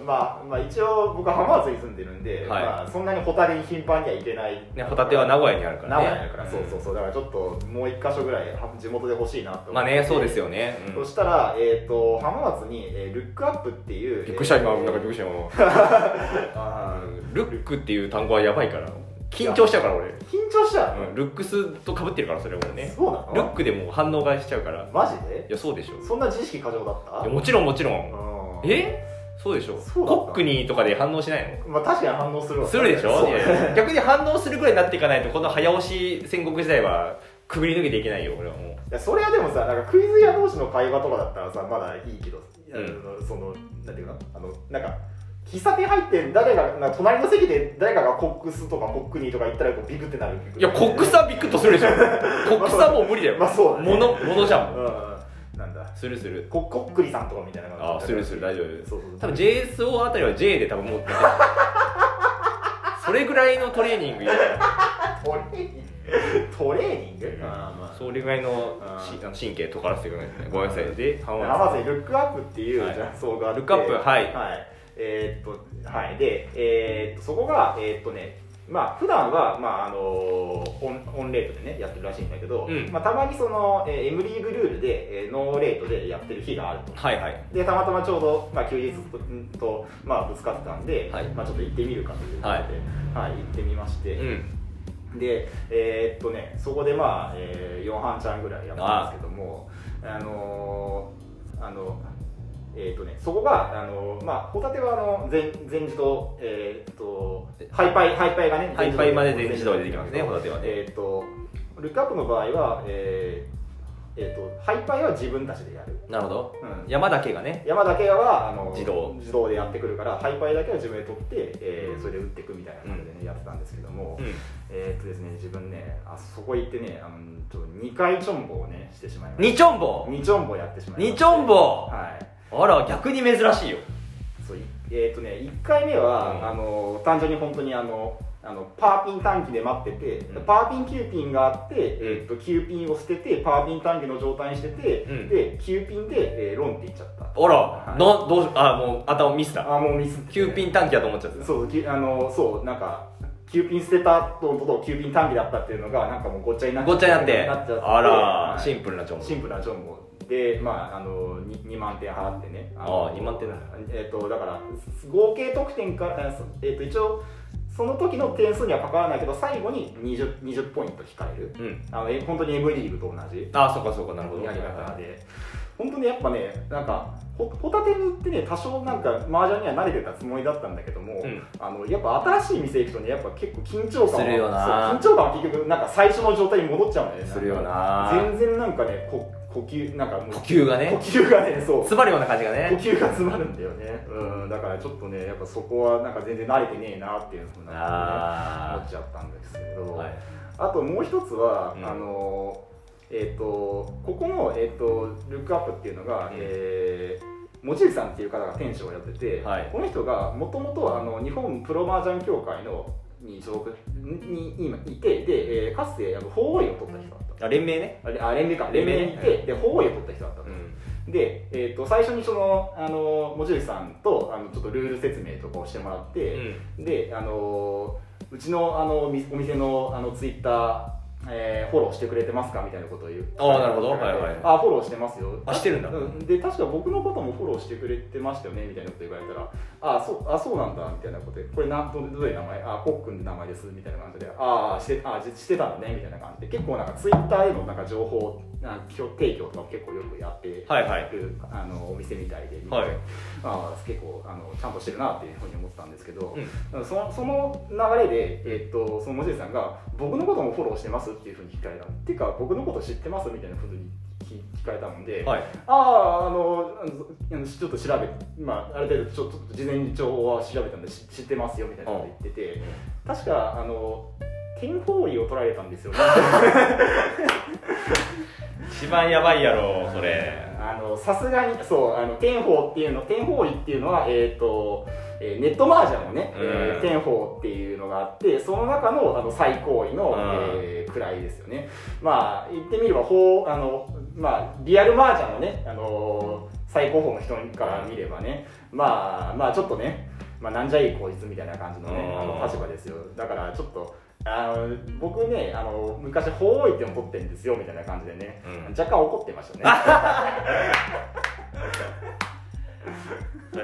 A: ーまあ、まあ一応僕は浜松に住んでるんで、
B: はい
A: まあ、そんなにホタテに頻繁には行けない、
B: ね、ホタテは名古屋にあるから
A: 名
B: ね。
A: 古屋にあるから、そうそうそうだからちょっともう一箇所ぐらいは地元で欲しいなと思って
B: まあね、そうですよね。うん
A: そしたら、えー、と浜松に、えールックアップっていう
B: びっくりした、
A: えー
B: 今、なんかびっくりしたよ。
A: あー
B: ルックっていう単語はやばいから。緊張しちゃうから、俺。
A: 緊張しちゃうの、
B: うんルックスと被ってるからそれもね
A: そうなの
B: ルックでもう反応がしちゃうから
A: マジで
B: いやそうでしょい
A: そんな自意識過剰だった
B: やもちろんもちろん
A: うん
B: えそうでしょ
A: そうだった
B: コックニーとかで反応しない
A: まあ確かに反応する
B: の
A: わ
B: するでしょ
A: そう
B: いやいや逆に反応するぐらいになっていかないとこの早押し戦国時代はくぐり抜けていけないよ俺はも
A: いやそれはでもさなんかクイズ屋同士の会話とかだったらさまだいいけど、いや
B: う
A: そのなんていうかなあのなんか喫茶店入って誰かなんか隣の席で誰かがコックスとかコックニーとか言ったらこうビクってなる
B: ういやコックスはビクッとするでしょ コックスはもう無理だよ
A: まあそうだね
B: ものものじゃん
A: う
B: もうん
A: うんなんだ
B: するする
A: ココックリさんとかみたいな感じ
B: あするする大丈夫です
A: そうそうそう
B: 多分 JSO あたりは J で多分もう それぐらいのトレーニングよ
A: トレーニングトレーニング、
B: うん
A: あーまあ
B: それぐらいの
A: あー
B: しあの神経とからせてくださいねごめんなさいで浜
A: 浜松にルックアップっていう
B: はい
A: 雀荘があって、
B: ルックアップはい
A: えーっとはいで、えーっとそこがえーっとねまあ普段はまああのオンオンレートでねやってるらしいんだけど、
B: うん
A: まあ、たまにその、えー M リーグルールで、えーノーレートでやってる日があると
B: はいはい
A: でたまたまちょうど、まあ、休日とんと、まあ、ぶつかってたんで、
B: はい
A: まあ、ちょっと行ってみるかということで、
B: は
A: はいい行ってみまして、
B: うん
A: で、えーっとね、そこでまあ、えー、4半ちゃんぐらいやったんですけども、あのーあの、えーっとね、そこが、あのーまあ、ホタテはあの前前自動、えーっと、ハイパイ、ハイパイがね、
B: ハイパイまで全自動でできますねホタテはね
A: えーっと、ルックアップの場合は、えーえー、とハイパイは自分たちでやる、
B: なるほど
A: うん、
B: 山だけがね
A: 山だけはあの
B: 自動
A: 自動でやってくるからハイパイだけは自分で取って、えーそれで打っていくみたいな感じで、ねやってたんですけども、
B: うん
A: えーっとですね自分ねあそこ行ってねあのちょっと2回チョンボをねしてしまいまし
B: ニチョンボ
A: た2チョンボやってしまいました
B: ニチョンボ
A: はい
B: あら逆に珍しいよ
A: そういえーっ、とね1回目は、
B: うん
A: あの単純に本当にあのあのパーピン短期で待ってて、
B: うん
A: パーピンキューピンがあって、えーっとキューピンを捨ててパーピン短期の状態にしてて、
B: うん
A: でキューピンで、えーロンっていっちゃった
B: あら、
A: はい
B: のどうあもう頭ミスだ
A: あもうミスってね
B: キューピン短期だと思っちゃった
A: そうきあのそうなんかキューピン捨てたのととキューピン短期だったっていうのがなんかもうごっちゃになっ
B: ごっちゃになって
A: なっちゃって
B: あら、
A: はい
B: シンプルなチョンボ
A: シンプルなジョンボで、まあ、あの 2, 万点払ってね
B: ああ2万点なんだ
A: えっとだから合計得点から、えっと一応その時の点数には関わらないけど最後に 20, 20ポイント引かれる
B: うん
A: あのえ本当に MD リーグと同じ
B: あそうかそうかなるほど
A: やり方で本当にやっぱねなんかホホタテに行ってね多少なんか麻雀には慣れてたつもりだったんだけども、
B: うん
A: あのやっぱ新しい店行くとねやっぱ結構緊張感は
B: するよな
A: そう緊張感は結局なんか最初の状態に戻っちゃうんだよね
B: するよな
A: 全然なんかねこ呼吸なんかもう
B: 呼吸が
A: 呼
B: ね
A: 吸がねそう
B: 詰まるような感じが
A: 呼
B: ね
A: 吸が詰まるんだよねうんだからちょっとねやっぱそこはなんか全然慣れてねえなっていうふうなことね思
B: あ
A: っちゃったんですけ
B: あ
A: ど、
B: はい
A: あともう一つは、
B: うん
A: あのえっ、とここのえっ、とルックアップっていうのが、
B: うん
A: えー望月さんっていう方が店主をやってて、
B: はい
A: この人がもともとあの日本プロマージャン協会のに所属に今いてで、えーかつてあの法医を取った人だった。
B: あ連盟ね
A: あれあ連盟か連盟にいて、で法医を取った人だったと、
B: うん
A: で、えー、と最初にそのあの望月さんとあのちょっとルール説明とかをしてもらって、であのーうちのあのみお店のあのツイッター、えーフォローしてくれてますかみたいなことを言う
B: ああなるほどはいはい
A: あフォローしてますよ
B: あしてるんだ
A: うんで確か僕のこともフォローしてくれてましたよねみたいなこと言われたらあそうあそうなんだみたいなことでこれなんどどういう名前あコックンの名前ですみたいな感じでああしてあじしてたのねみたいな感じで結構なんかツイッターへのなんか情報なんか提供とかも結構よくやって
B: はいはい
A: るあのお店みたいで、
B: はい
A: あー結構あのちゃんとしてるなっていうふうに思ったんですけど、
B: うん
A: そのその流れで、えっとその望月さんが「僕のこともフォローしてます?」っていうふうに聞かれたっていうか「僕のこと知ってます?」みたいなふうに聞聞かれたので、
B: はい
A: あああのあのちょっと調べまあある程度ちょっと事前に情報は調べたんで知知ってますよみたいなこと言ってて、確かあの天方位を取られたんです よね
B: 一番やばいやろそれ
A: あのさすがにそうあの天宝っていうの天宝位っていうのはえっ、と、えーネットマージャンのね、え
B: うん
A: ー天宝っていうのがあってその中のあの最高位の、
B: うん
A: えー位ですよねまあ言ってみればほうあのまあリアルマージャンのねあのー最高峰の人から見ればねまあまあちょっとねまあなんじゃいい口実みたいな感じのね
B: うん
A: あの立場ですよだからちょっとあの僕ねあの昔法王位っていうの取ってるんですよみたいな感じでね、
B: うん
A: 若干怒ってましたね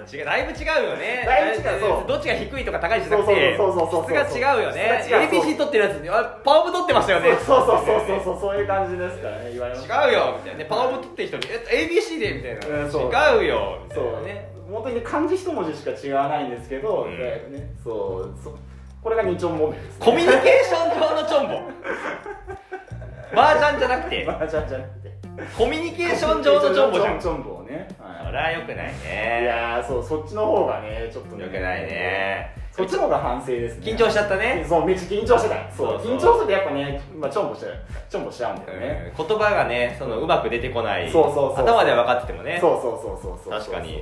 B: 違うだいぶ違うよね
A: だいぶ違うそう
B: どっちが低いとか高いじゃなくて
A: そうそうそうそうそうそう
B: 質が違うよね
A: 質が違うそう
B: ABC 取ってるやつにあパワーオブ取ってましたよね
A: そうそうそうそうそうそういう感じですからね言われました
B: 違うよみたいなねパワーオブ取ってる人に「え ABC で」みたい
A: うんそう
B: な「違うよ」みた
A: そ
B: いな
A: う
B: ね
A: ね本当にね漢字一文字しか違わないんですけど、
B: うん
A: でねそうそうこれが二丁目ですね
B: コミュニケーション上のチョンボマージャンじゃなくて
A: まあじゃじゃなくて
B: コミュニケーション上のチョンボじゃん
A: チョンボをね、
B: そ
A: は
B: りゃよくない
A: い、い
B: ね
A: やーそうそっちの方がねちょっとね
B: よくないね
A: そっちの方が反省ですね
B: 緊張し
A: し
B: ちゃった
A: た
B: ね
A: そうめっちゃ緊張してたそう
B: そうそ
A: 緊
B: う
A: 張するとやっぱね、まあ、チョンボしちゃうチョンボしちゃうんだよね、
B: うん言葉がねそのうまく出てこない
A: そうそうそう
B: 頭では分かっててもね
A: そうそうそうそうそう
B: 確かに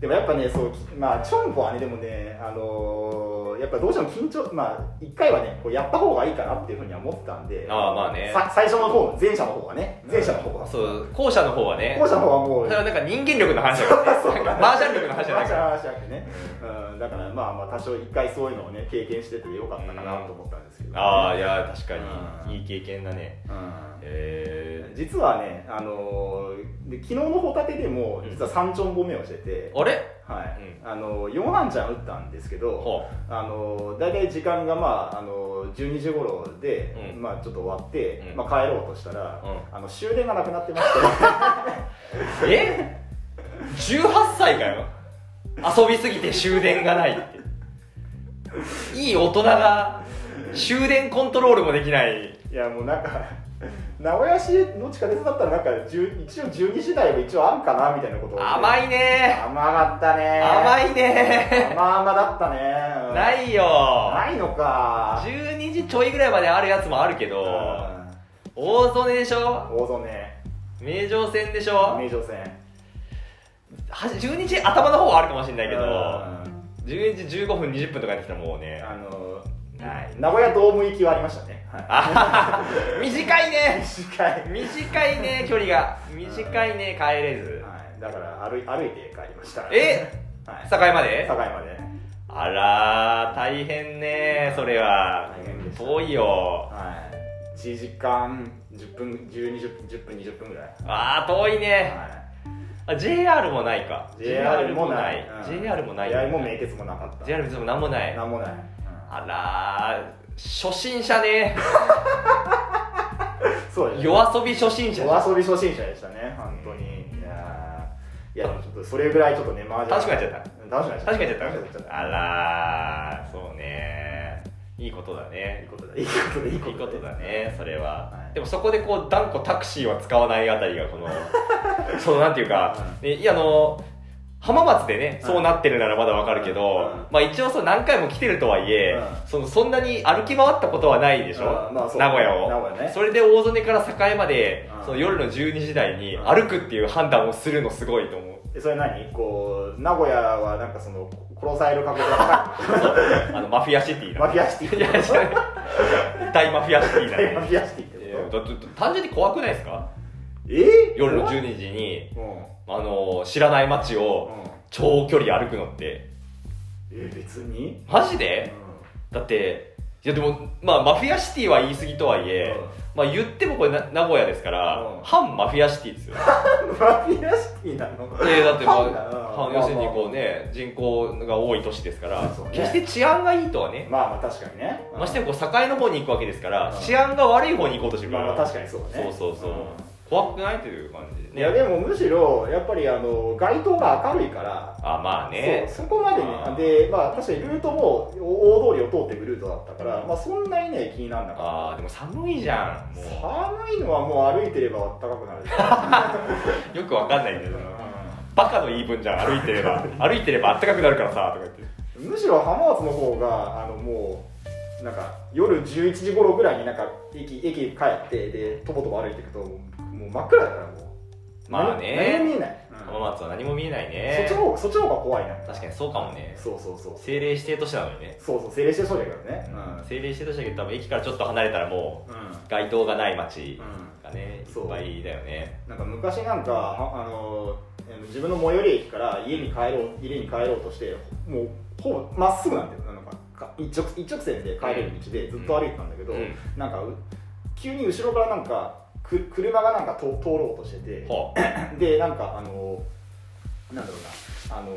A: でもやっぱねそうきまあチョンボはねでもねあのーやっぱどうしても緊張まあ一回はねこうやった方がいいかなっていうふうには思ってたんで
B: ああまあね
A: さ最初の方前者の方はね前者の方は、
B: そう後者の方はね
A: 後者の方はもう
B: それ はなんか人間力の話だ からねなんかマージャン力の話じゃないか
A: じ
B: ら
A: ゃなくてね、うん、だからまあまあ多少一回そういうのをね経験しててよかったかなと思ったんですけど、
B: ああいや確か
A: うん
B: にいい経験だね
A: うん
B: え
A: 実はね、あのーで昨日のホタテでも実は3チョンボ目をしてて、
B: ーあれ
A: はい
B: うん
A: あの4半ちゃん打ったんですけど、
B: ほ
A: あの大体時間が、まあ、あの12時頃で、
B: うん
A: まあ、ちょっと終わって、
B: うん
A: まあ、帰ろうとしたら、
B: う
A: あの終電がなくなってまして
B: うえ18歳かよ遊びすぎて終電がないっていい大人が終電コントロールもできない
A: いやもうなんか名古屋市の地下鉄だったらなんか10一応12時台は一応あるかなみたいなことをね、
B: 甘いね
A: 甘かったね
B: 甘いね
A: 甘々だったね、うん
B: ないよ
A: ないのか
B: 12時ちょいぐらいまであるやつもあるけど
A: うん
B: 大曽根でしょ
A: 大曽根
B: 名城線でしょ
A: 名城線
B: は12時頭の方はあるかもしれないけど
A: うん
B: 12時15分20分とかやってきたらもうね
A: あの
B: ない
A: 名古屋ドーム行きはありましたね、 はい、
B: あはは短いね
A: 短い、
B: 短いね距離が短いね帰れず
A: はい、だから歩い歩いて帰りました
B: え
A: はい、
B: 境まで
A: 境まで
B: あらー大変ねそれは
A: 大変でした
B: 遠いよ
A: はい1時間10分1210分10分20分ぐらい、
B: あー遠いね
A: はい
B: あ JR もないか
A: JR もないうん
B: JR もない
A: JR も名鉄もなかった
B: JR も何もない
A: なんもない、
B: あらー初心者ね
A: うんそうですね
B: 夜遊び初心者じゃん
A: お遊び初心者でしたね本当にいやーいやでもちょっとそれぐらいちょっとねマージャン
B: 楽しくなっちゃった
A: うん楽しくなっちゃった
B: 確かにちょっ
A: 楽しくなっち
B: と
A: ゃ
B: あらーそうねいいことだね
A: いいことだいいことだい
B: い
A: い
B: い
A: ことだ
B: ことだねそれは、
A: はい
B: でもそこでこう断固タクシーは使わないあたりが このそのなんていうか、ね、いやあの浜松でね、
A: うん
B: そうなってるならまだわかるけ
A: う
B: ど、
A: ん
B: まあ一応そう何回も来てるとはいえ、
A: うん
B: そのそんなに歩き回ったことはないでしょ、
A: うんまあそう
B: 名古屋を
A: 名古屋ね
B: それで大曽根から栄まで、
A: うん
B: その夜の12時台に
A: うん
B: 歩くっていう判断をするのすごいと思う
A: えそれ何こう名古屋はなんかその殺される覚悟が
B: あのマフィアシ ティ
A: マ
B: な
A: フィアシティ
B: いや知らない大マフィアシティな
A: 大マ
B: ね
A: フィアシティって
B: い
A: こ
B: や
A: と
B: だって単純に怖くないですか
A: えー
B: 夜の12時に、
A: うん
B: あの知らない街を
A: うん
B: 長距離歩くのって
A: え別に
B: マ
A: う
B: ジ
A: ん
B: でだっていやでも、まあ、マフィアシティは言い過ぎとはいえ、まあ、言ってもこれな名古屋ですから、
A: うん
B: 反マフィアシテ ィですよ
A: マフィアシティなの
B: えだってもう
A: 反だな
B: 反要するにこうね人口が多い都市ですから、
A: そうね
B: 決して治安がいいとはね、
A: まあまあ確かにね
B: ましてやこう境の方に行くわけですから、
A: うん
B: 治安が悪い方に行こうとしてるか
A: まあ
B: ら、
A: まあ確かにそうだ
B: そ
A: ね
B: うそうそう、
A: ん
B: 怖くないという感じ
A: いやでもむしろやっぱりあの街灯が明るいから、
B: あまあね
A: そうそこまで
B: あー
A: ねでまあ確かにルートもお大通りを通っていくルートだったから、まあ、そんなにね気になんなかっ
B: あーでも寒いじゃん
A: た
B: も
A: 寒いのはもう歩いてれば暖かくなるでしょ
B: うよくわかんないん だけど
A: う
B: バカの言い分じゃん歩いてれ ば歩いてればあったかくなるからさとか言って
A: んむしろ浜松の方があのもうなんか夜11時頃ぐらいになんか駅駅帰ってでとぼとぼ歩いていくともうもう真っ暗だからもう
B: まあね
A: 何も見えない、うん
B: 浜松は何も見えない
A: そっ
B: ね
A: ちの方そっちの方が怖いな
B: 確かにそうかもね
A: そうそうそう
B: 政令指定都市なのにね
A: そうそう、政令してそうだけどね。
B: 政令指定都市だけど多分駅からちょっと離れたらも
A: うん。
B: う街灯がない街
A: う
B: がねい
A: そう
B: っぱいだよね
A: ん。なんか昔なんか、はあのー自分の最寄り駅から家に帰ろう、家に帰ろうとして、もうほぼまっすぐなんだよ。なんかか一直一直線で帰れる道でずっと歩いてたんだけど、
B: うん
A: なんかう急に後ろからなんかく車がなんかと通ろうとしてて、
B: ほ
A: でなんかあのーなんだろうなあのー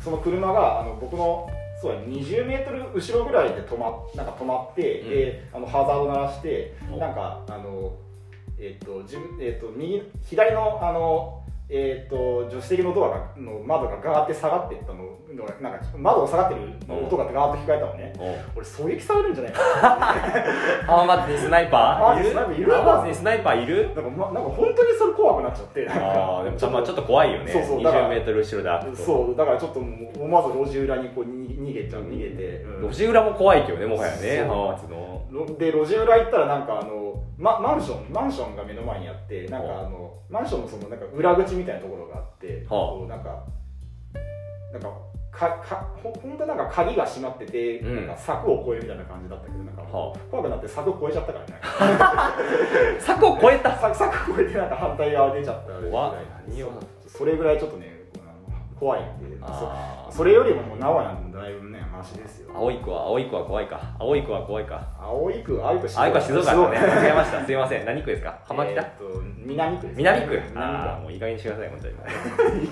A: その車があの僕のそうや20メートル後ろぐらいで止まなんか止まって、
B: うん
A: であのハザード鳴らして
B: お
A: なんかあのえっ、と自分えっ、と右左のあのえっ、と助手席のドアがの窓がガーって下がってったののなんか窓を下がってる音がガーって聞こえたのね
B: う。ほう
A: 俺狙撃されるんじゃないか
B: 浜松にスナイパーいる
A: 浜松にスナイパーいる
B: 浜松にスナイパーい る
A: ななんか、ま、なんか本当にそれ怖くなっちゃってなんか
B: ああでもちょ,、まあ、ちょっと怖いよね
A: そうそうだから
B: 2 0ル後ろで歩くと
A: そうだからちょっともう思わず路地裏にこうに逃げちゃう逃げて、うん
B: 路地裏も怖いけどねもはやね
A: そう
B: 浜松の
A: ろで路地裏行ったらなんかあの、ま、マンションマンションが目の前にあってなんかあのマンションのそのなんか裏口みたいなところがあって、
B: はあ
A: こうなんかなんかかかほ本当なんか鍵が閉まってて、
B: うん
A: なんか柵を越えるみたいな感じだったけどなんか、
B: は
A: 怖くなって柵越えちゃったからね
B: 柵を越えた
A: 柵柵越えてなんか反対側出ちゃったぐらい
B: 怖っ何を
A: それぐらいちょっとねこうあの怖いんでそ
B: あー
A: それよりももう名古屋のだいぶねマシですよ
B: 青い子は青い子は怖いか青い子は怖いか
A: 青い区、青い区静
B: 青い子は静岡だね
A: 静岡
B: 間違えましたすいません何区ですか浜北、
A: えーっと南区ですね、
B: 南区ああ
A: 南
B: もういい加減にしてください本当に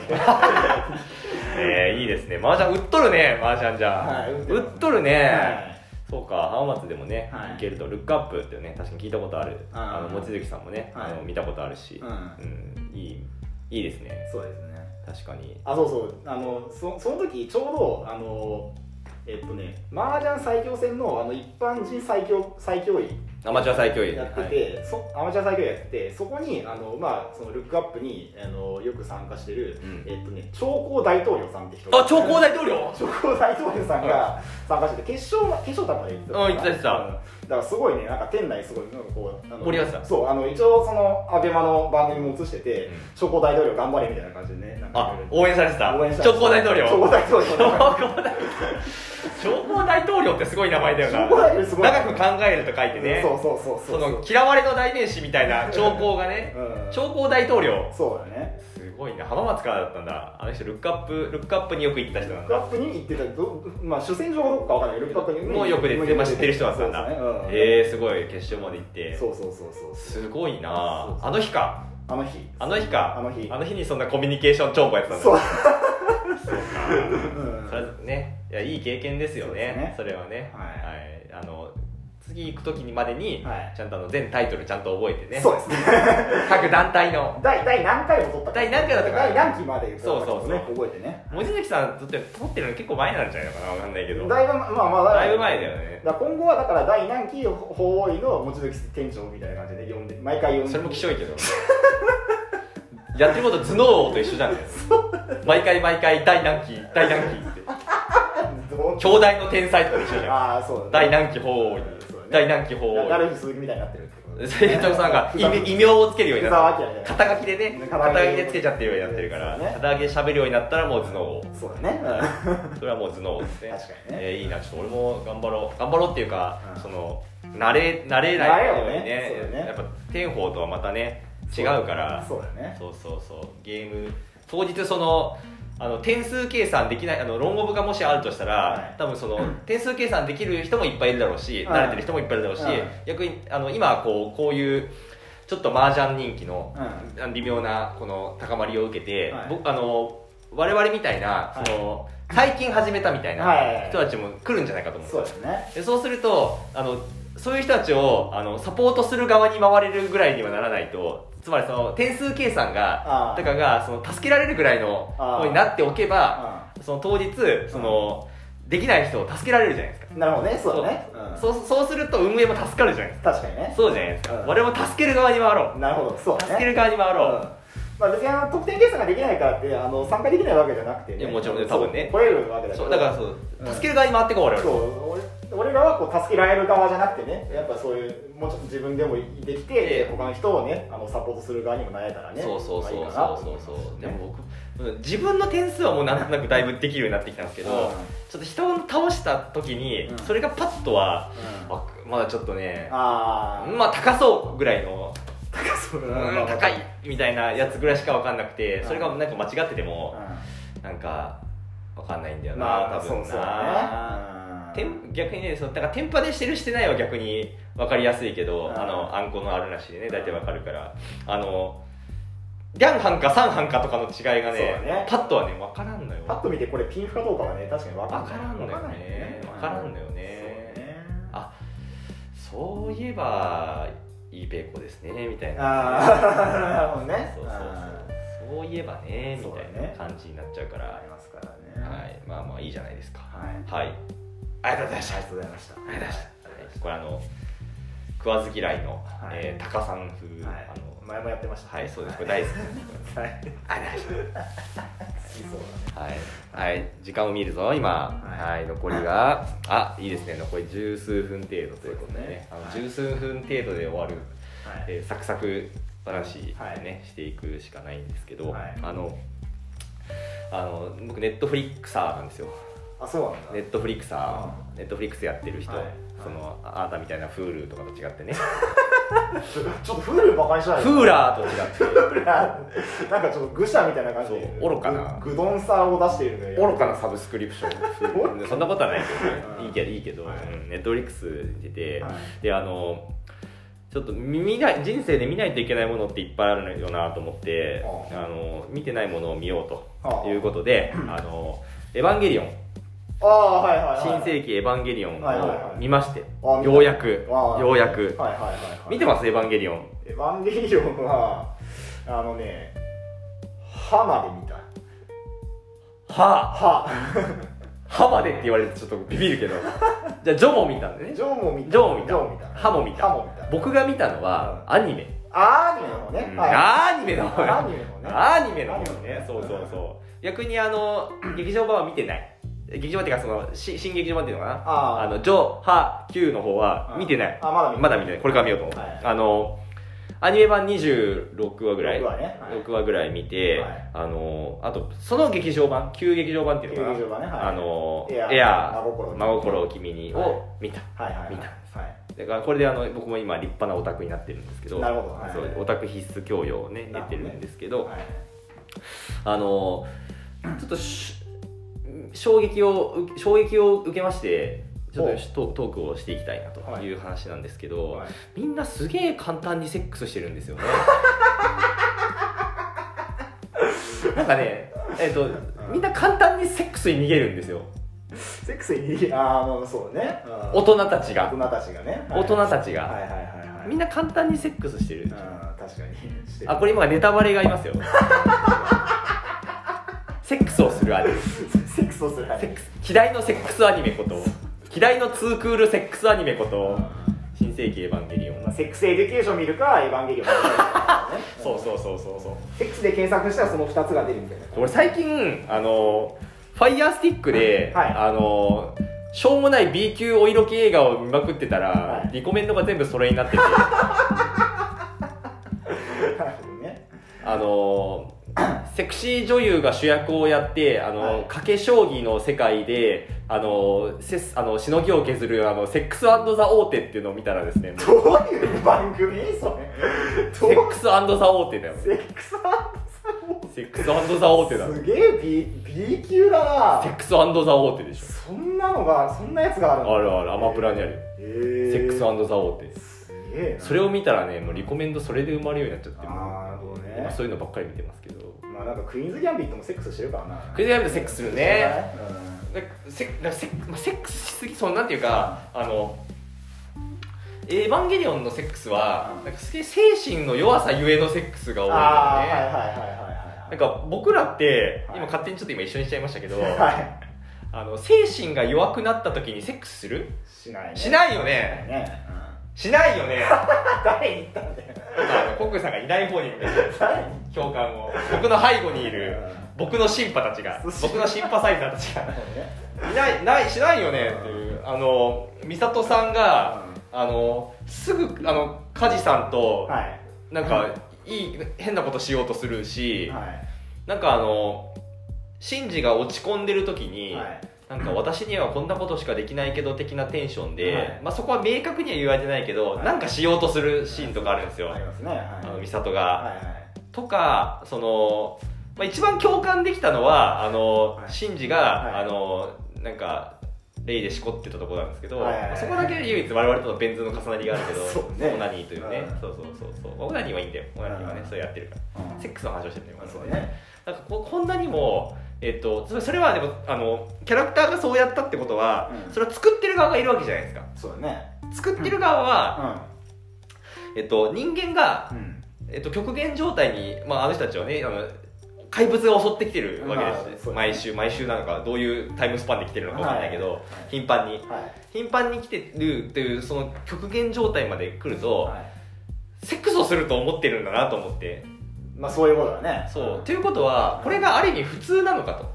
B: えー、いいですね麻雀売っとるね麻雀じゃあ、
A: はい売ってます
B: 売っとるね、
A: 区。
B: そうか浜松でもね、
A: はい
B: 行けるとルックアップってね確かに聞いたことある
A: あー
B: あの望月さんもね、
A: はい
B: あの見たことあるし、
A: はい。うん。
B: うん、いいいいですね
A: そうですね。
B: 確かに
A: あ、そうそう。あの、そその時、ちょうど、あの、えっとね、麻雀最強戦のあの一般人最強最強位
B: アマチュア最強位
A: やってて、そアマチュア最強位やっててそこにあの、まあ、そのルックアップにあのよく参加してる、
B: うん
A: えっとね、長江大統領さんって人
B: あ長江大統領
A: 長江大統領さんが参加してて決勝決勝だまで行ってたの
B: うん行ってた行ってた
A: うんだからすごいねなんか店内すごいなんかこうあの
B: 盛り上がってた
A: そうあの一応そのアベマの番組も映してて、
B: うん
A: 長江大統領頑張れみたいな感じでねなんか
B: あ応援されてた
A: 応援した
B: 長江大統領
A: 長江大統領
B: 長江大統領ってすごい名前だよな
A: 長江大統領すごい
B: 長く考えると書いてね
A: そうそうそう
B: そ
A: そう
B: の嫌われの代名詞みたいな長江がね
A: うん
B: 長江大統領
A: そうだね
B: すごいな浜松からだったんだあの人ルックアップルックアップによく行った人
A: ル
B: な
A: ッ
B: ん
A: クアッ
B: だ
A: プに行ってたど、まあ、主戦場がどこかわからないけど、ルックアップに
B: もうよく出てまあ知ってる人だったん
A: そ
B: だ
A: うですねうん
B: えー、すごい決勝まで行って
A: そうそうそうそう
B: すごいな
A: そう
B: あ
A: そう
B: あの日か
A: あの日
B: あの日か
A: あの日
B: あの日にそんなコミュニケーション長考やってたんだ
A: そう
B: それはねいやいい経験ですよね
A: そ
B: そう
A: ですね
B: れはね
A: は
B: はい、あの次行く時にまでに、
A: はい
B: ちゃんとあの全タイトルちゃんと覚えてね
A: そうですね
B: 各団体の
A: 第第何回も撮ったか
B: 第何回だったか
A: 第何期まで言ったか
B: そうそうそう
A: ね覚えてね
B: 望月さんとって撮ってるの結構前なんじゃないのかなわかんないけど
A: だいぶまあまあ
B: だいぶ前だよね
A: だから今後はだから第何期法医の望月店長みたいな感じで呼んで毎回呼んで
B: それもきしょいけどやってること頭脳王と一緒じゃん毎回毎回大難期大難期って
A: どう
B: 兄弟の天才とか一緒じゃん
A: ああそうだね
B: 大難期法王に
A: そうだね
B: 大難期法王
A: ダルフ鈴木みたいになってるってこと
B: 生 徒さんが異名異名をつけるように
A: ふ
B: なっ
A: ざわ
B: た
A: けやね
B: 肩書きでね
A: 肩書
B: 肩
A: き
B: 書きでつけちゃってるようになってるから
A: そうね
B: 肩書きで喋るようになったらもう頭脳王
A: そうだねうん
B: それはもう頭脳ですね
A: 確かにね
B: えーいいなちょっと俺も頑張ろう頑張ろうっていうか、
A: うん
B: その慣れ慣れ
A: 慣れ
B: ない
A: よね
B: に
A: そうだね
B: やっぱ天宝とはまたね違うから
A: そうだね
B: そうそうそうゲーム当日そのあの点数計算できないあの論語部がもしあるとしたら、
A: はい
B: 多分その点数計算できる人もいっぱいいるだろうし、
A: はい
B: 慣れてる人もいっぱいいるだろうし、
A: はい
B: 逆にあの今はこうこういうちょっと麻雀人気の
A: う
B: あの微妙なこの高まりを受けて、
A: はい
B: 僕あの我々みたいな
A: はい
B: その、最近始めたみたい
A: はい
B: な人たちも来るんじゃないかと思うんです
A: そう
B: よ
A: だね
B: でそうするとあのそういう人たちをあのサポートする側に回れるぐらいにはならないとつまりその点数計算
A: あ
B: が
A: ー
B: とかがその助けられるぐらいの
A: あー
B: 方になっておけば
A: う
B: その当日そのできない人を助けられるじゃないですか
A: んなるほどねそうだねうん
B: そうそうすると運営も助かるじゃないです
A: 確かにね
B: かそうじゃないですか
A: うん
B: 我々も助ける側に回ろう
A: なるほどそうだね
B: 助ける側に回ろう
A: まあ、別にあの得点計算ができないからってあの参加できないわけじゃなくて、
B: い
A: ね、
B: やもちろんね多分ね
A: そう来れるわけだ
B: そ
A: か
B: う
A: ら
B: だからそう、
A: うん
B: 助ける側に回ってこう我
A: そ
B: 々
A: う俺俺らはこう助けられる側じゃなくてねやっぱそういうもうちょっと自分でもできて、
B: ええ
A: 他の人をねあのサポートする側にもなれたらね
B: そうそうそう
A: まあいい
B: そ
A: うかなと
B: そ
A: 思いうます
B: そ
A: ね
B: うでも僕うん自分の点数はもうなんとなくだいぶできるようになってきたんですけど、
A: うん
B: ちょっと人を倒した時に、
A: うん
B: それがパッとは
A: うん
B: あまだちょっとね
A: あー
B: まあ高そうぐらいの、
A: 高そう
B: うん
A: まあまあ
B: 高いみたいなやつぐらいしか分かんなくてそれがなんか間違ってて
A: う
B: も、
A: ん
B: なんか分かんないんだよな、
A: まあ
B: 多
A: そう
B: 分
A: そう
B: な
A: だね
B: てん逆にねそのだからテンパでしてるしてないは逆に分かりやすいけど、
A: うん
B: あのあんこのあるなしでね大体分かるからあのリャンハンかサンハンかとかの違いがね
A: そうだね
B: パッとはね分からんのよ
A: パッと見てこれピンフかどうかはね確かに分かんない
B: 分からんのよね
A: わ
B: 分からんのよね
A: そうね
B: あそういえばいいペコですねみたい
A: あ
B: な
A: ーなるほどね
B: そうそうそうそういえばねみ
A: そうだ
B: た
A: ね
B: いな感じになっちゃうから
A: ありますからね
B: はい、まあまあいいじゃないですか
A: はい
B: はい、ありがとうございました
A: あ
B: あ
A: りがとうございました
B: りがとうございました、はいこれあの食わず嫌いの、
A: はい
B: えータカさん風、
A: はい
B: あの
A: 前もやってました
B: はいそうですこれ大好き
A: はい好き
B: ありがとうございまし
A: そうだね
B: たはい、はい、時間を見るぞ今
A: は
B: はい、残りがあいいですね残り十数分程度ということでね
A: そうですね
B: あ
A: は
B: の
A: い
B: 十数分程度で終わ
A: はい
B: るえーサクサク話ね、
A: はい
B: していくしかないんですけど、
A: はい
B: あのあの僕ネットフリックサーなんですよ
A: あそうなんだ
B: ネットフリックサーネットフリックスやってる人、
A: はい
B: そのああなたみたいなフールとかと違ってね
A: ちょっとフールバカにしないで
B: フーラーと違って
A: フーラー なんかちょっと愚者みたいな感じで
B: そう愚かな
A: ぐ愚鈍さを出しているね
B: 愚かなサブスクリプション そんなことはない
A: うん
B: けどねいいけどいいけど、
A: はい
B: うんネットフリックス出て、
A: はい
B: であのちょっと見ない人生で見ないといけないものっていっぱいあるよなと思って
A: あ
B: あの見てないものを見よう
A: ああ
B: ということで「あのエヴァンゲリオン」
A: ああはいはいはい
B: 新世紀エヴァンゲリオン
A: はいはいは
B: を
A: い
B: 見まして
A: あ見た
B: ようやく
A: ああ
B: ようやく
A: はいはいはいはい
B: 見てますエヴァンゲリオン
A: エヴァンゲリオンはあのね歯まで見た
B: は
A: 歯
B: あ歯までって言われるとちょっとビビるけ どじゃあジョも見たんでね
A: ジョーも見た
B: ジョーも見た
A: 見た
B: 歯も見た
A: 歯も見た
B: 僕が見たのはアニメ、
A: あーアニメの方ね、はい
B: アニメの方
A: ア
B: よ
A: ニメのね
B: アニメの
A: ア
B: 方
A: ニメの
B: ね
A: ね
B: そうそうそう逆にあの劇場版は見てない劇場版っていうかそのし新劇場版っていうのかな
A: あ
B: あ
A: ー
B: のジョ・ハ・キューの方は見てない
A: あまだ見て
B: ま
A: ない
B: だ見てないこれから見ようと思う、
A: はい
B: あのアニメ版26話ぐらい
A: 6話ねはい
B: 6話ぐらい見て、
A: はい
B: あのあとその劇場版旧劇場版っていうのかな
A: 旧劇場版ねはい
B: あの
A: エアー
B: エア
A: 真
B: ー
A: 心を
B: 真心を君に」
A: はい
B: を見た、
A: はいはいはい
B: 見た
A: はい
B: だからこれであの僕も今立派なオタクになってるんですけど
A: なるほどはい
B: そうオタク必須教養をね
A: なる
B: 得
A: ほ
B: て
A: どね
B: るんですけど
A: はい
B: あのちょっとし衝撃を受け衝撃を受けましてちょっとトトークをしていきたいなという話なんですけど、
A: はい
B: みんなすげえ簡単にセックスしてるんです よねなんかねえっ、とみんな簡単にセックスに逃げるんですよ
A: セックスにああもうそうねうん
B: 大人たち
A: 大
B: が
A: 人たちがね
B: 大人たち
A: がはい
B: が
A: はいはいはい
B: みん
A: な
B: な簡単にセックスしてる
A: 確かにしてる
B: あこれ今ネタバレがいま すよセックスをするアニメ
A: セックスをする
B: セックス希代のセックスアニメこと希代のツークールセックスアニメこと新世紀エヴァンゲリオン
A: まあセックスエデュケーション見るかエヴァンゲリオン見るか、 ね
B: そうそうそうそうそう
A: セックスで検索したらその2つが出るみたいな
B: 俺最近あのファイヤースティックで、
A: はい
B: あのしょうもない B 級お色気映画を見まくってたら、
A: はい
B: リコメンドが全部それに なってて
A: なるほど ね
B: あのセクシー女優が主役をやってあの、
A: はい
B: 賭け将棋の世界であのせっあのしのぎを削るあのセックスザ・オーテっていうのを見たらですねもう
A: どういう番組それ
B: セックスザ・オーテだよ
A: セックス
B: セックスザ・オーテだ
A: すげえ B, B 級だ
B: セッ
A: な
B: クスザ・オーテでしょ
A: そんなのがそんなやつがあるの
B: あるあるアマプラにあるよ
A: え
B: セ
A: ー、
B: ックスザ・オーテ
A: すげえな
B: それを見たらねもうリコメンドそれで生まれるようになっちゃって
A: あーなる
B: も
A: ほ
B: う
A: どね
B: 今そういうのばっかり見てますけど
A: まあなんかクイーンズギャンビットもセックスしてるからな
B: クイズギャンビットセックスする
A: し
B: ね
A: てないうん
B: なんかセなんかセまあセックスしすぎそうなんていうかあのエヴァンゲリオンのセックスはなんかすげえ精神の弱さゆえのセックスが多いん
A: ああはい
B: だ
A: はい
B: よね
A: はいはいはい
B: なんか僕らって
A: はい
B: 今勝手にちょっと今一緒にしちゃいましたけど、
A: はい
B: あの精神が弱くなった時にセックスする
A: しないね
B: しないよね
A: ね、
B: しないよね
A: うん、誰に言ったんだよ
B: あの コックさんがいない方に向けて
A: 誰に
B: 共感を僕の背後にいる僕のシンパたちが僕のシンパサイザーたちがいないないしないよねっていうあの美里さんがあのすぐあの梶さんと
A: は
B: なんかいい変なことしようとする
A: い
B: し
A: は
B: なんかあのシンジが落ち込んでる時に、
A: いはい
B: なんか私にはこんなことしかできないけど的なテンションで、
A: はい
B: まあ、そこは明確には言われてないけど、
A: はい
B: なんかしようとするシーンとかあるんですよ、
A: ありますねはい
B: あの
A: はい
B: 美里が、
A: は
B: とかその、まあ、一番共感できたのはあの、
A: はい
B: シンジが、
A: はい
B: あのなんかレイでしこってたところなんですけど、
A: はいはいはい
B: そこだけ唯一我々とのベン図の重なりがあるけど
A: そうね
B: オナニーというね、
A: うん
B: そうそうそうそうまあオナニーはいいんだよオナニーはね、
A: うん
B: それやってるから、
A: いはい
B: セックスの話をしてるんだよ
A: そう
B: 今の
A: ね
B: なんかここんなにもえっとそれそれはでもあのキャラクターがそうやったってことは、
A: うん
B: それは作ってる側がいるわけじゃないですか
A: そうだね
B: 作ってる側は、えっと、人間が
A: うんうん
B: えっと、極限状態に、まあ、あの人たちはねあの怪物が襲ってきてるわけです,、
A: まあそう
B: 毎週毎週なのかどういうタイムスパンで来てるのかわかんないけど、
A: はい
B: 頻繁に
A: はい
B: 頻繁に来てるっていうその極限状態まで来ると、
A: はい
B: セックスをすると思ってるんだなと思って
A: まあそういうことだね
B: そう、ということはこれがある意味普通なのかと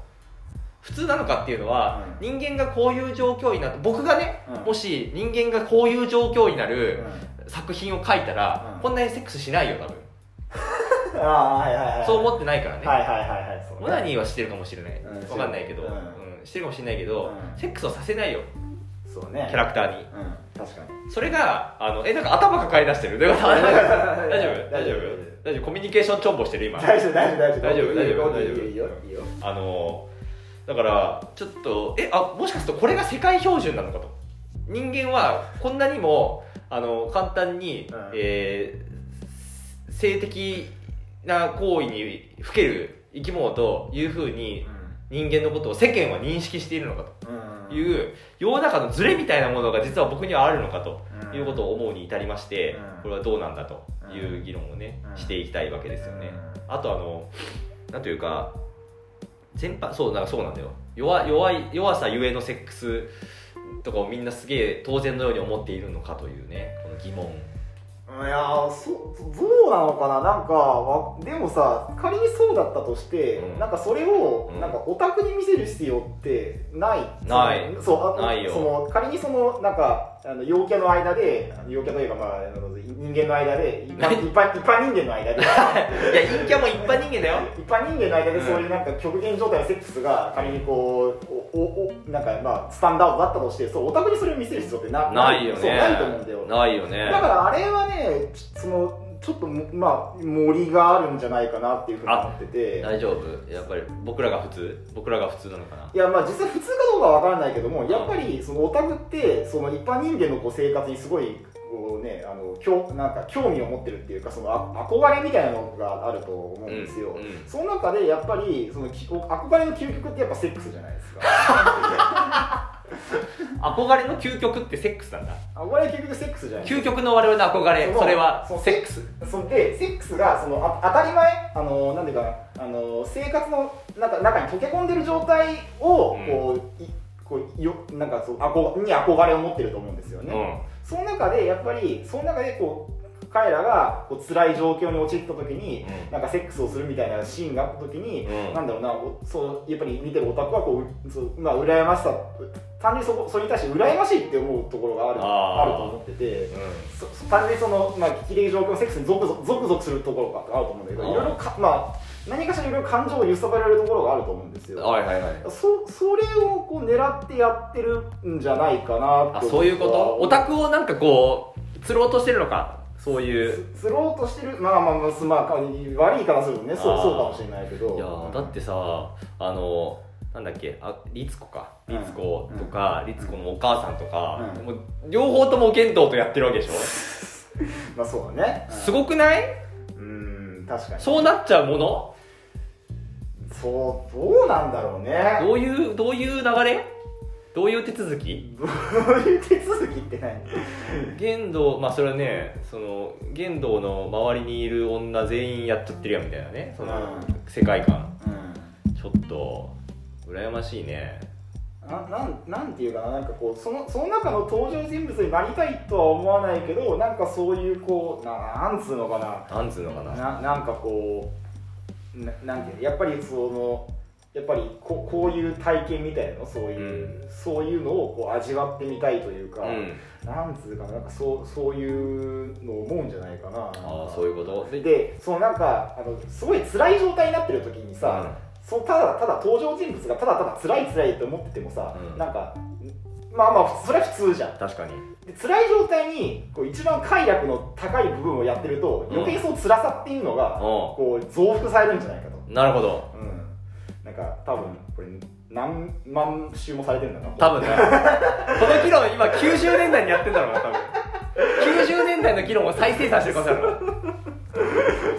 B: 普通なのかっていうのは、人間がこういう状況になって僕がね、
A: うん
B: もし人間がこういう状況にな
A: う
B: る
A: ん
B: 作品を書いたら、
A: うん
B: こんなにセックスしないよ多分、
A: ああはいはいはい
B: そう思ってないからね、
A: はいはいはいはいそうね
B: オナニーはしてるかもしれない、
A: うん
B: わかんないけど、
A: うん
B: うんしてるかもしれないけど、
A: うん
B: セックスをさせないよ
A: そうね
B: キャラクターに
A: うん確かに
B: それがあのえなんか頭抱え出してるどういうこと大丈夫 大丈夫大
A: 大
B: 丈
A: 丈
B: 夫
A: 夫
B: 大丈夫コミュニケーションチョンボしてる今
A: 大丈夫大丈夫
B: 大丈夫大丈夫
A: いいよいいよいいよ
B: あのだからちょっとえあもしかするとこれが世界標準なのかと人間はこんなにもあの簡単に、
A: うん
B: えー性的な行為にふける生き物というふうに人間のことを世間は認識しているのか
A: うん
B: という世の中のズレみたいなものが実は僕にはあるのかと
A: うん
B: いうことを思うに至りまして
A: うん
B: これはどうなんだという議論をね
A: うん
B: していきたいわけですよね。あとあのなんというか全般そうなんかそうなんだよ弱弱い弱さゆえのセックスとかをみんなすげえ当然のように思っているのかというねこの疑問
A: いやーそどうなのかななんかわでもさ仮にそうだったとして、
B: うん
A: なんかそれを、
B: うん
A: なんかオタクに見せる必要ってない
B: ない
A: そのそうあ
B: ないよ
A: その仮にそのなんかあの陽キャの間で陽キャというかまああの人間の間で一般一般一般人間の間で
B: いや陰キャも一般人間 だよ
A: 一般人間の間で
B: うん
A: そういうなんか極限状態のセックスが仮にこうおおおなんかまあスタンダードだったとしてそうオタクにそれを見せる必要ってな
B: ないよ
A: そう
B: ね
A: ないと思うんだよ
B: ないよね
A: だからあれはね、ちそのちょっともまあ森があるんじゃないかなっていうふうに思ってて、
B: 大丈夫やっぱり僕らが普通僕らが普通なのかない
A: やまあ実際普通かどうかは分からないけども、やっぱりそのオタクってその一般人間のこう生活にすごいこうねあの興なんか興味を持ってるっていうかそのあ憧れみたいなのがあると思うんですよ。
B: うんうん
A: その中でやっぱりそのき憧れの究極ってやっぱセックスじゃないですか
B: 憧れの究極ってセックスなんだ
A: 憧れの究極セックスじゃないですか
B: 究極の我々の憧れ
A: そう
B: それは
A: そう
B: セックス
A: そんでセックスがそのあ当たり前あのなんていうかなあの生活の中中に溶け込んでる状態を
B: うん
A: こう、いこうよなんかそうあこに憧れを持ってると思うんですよ
B: うん
A: ね、その中でやっぱりその中でこう彼らがこう辛い状況に陥った時に、
B: うん
A: なんかセックスをするみたいなシーンがあった時に、
B: うん
A: なんだろうなおそうやっぱり見てるオタクはこううそうまあ羨ましさ単純にそこそれに対して羨ましいって思うところがある
B: あー
A: あると思ってて。
B: う
A: そそ単純にその、まあ、危機的状況のセックスにゾクゾクゾクゾクするところがあると思うんだけど、
B: うん
A: いろいろか、まあ、何かしらいろいろ感情を揺さぶられるところがあると思うんです
B: ん
A: よ。
B: はいはいはい
A: そそれをこう狙ってやってるんじゃないかな
B: あ
A: って
B: そういうことオ
A: オタ
B: タクをなんかこう釣ろうとしてるのかそういう
A: 釣ろうとしてるまあまあまあすまあか悪いからするとねそ
B: あ
A: う
B: ー
A: そうかもしれないけど
B: いやーだってさあのなんだっけあ律子か
A: うん
B: 律子とか律子のお母さんとか、
A: うん
B: もう両方とも剣道とやってるわけでしょ
A: まあそうだね
B: す
A: い
B: ごくない
A: うん確かに
B: そうなっちゃうもの
A: そうどうなんだろうね
B: どういうどういう流れどういう手続 き
A: どういう手続きって何
B: 剣道まあそれはねその剣道の周りにいる女全員やっちゃってるやんみたいなねその
A: うん
B: 世界観
A: うん
B: ちょっと羨ましいね
A: ななんなんていうかななんかこうそのその中の登場人物になりたいとは思わないけどなんかそういうこうななんつうのか
B: なんつうのか
A: な
B: な
A: ななんかこうななんていうのやっぱりそのやっぱりここういう体験みたいなのそういう、そういうのをこう味わってみたいというか、
B: うん
A: なんつうかななんかそうそういうのを思うんじゃないかな
B: ああそういうことで
A: でそのなんかあのすごい辛い状態になってる時にさ、そうただただ登場人物がただただ辛い辛いって思っててもさ、
B: うん
A: なんかまあまあそれは普通じゃん
B: うん、確かに
A: で辛い状態にこう一番快楽の高い部分をやってると
B: うん
A: 余計その辛さっていうのが、
B: う
A: こう増幅されるんじゃないかと、
B: んなるほど
A: うん、なんか多分これ何万周もされてるんだな
B: 多分ねこの議論今90年代にやってんだろうな多分90年代の議論を再生産してる可能性ある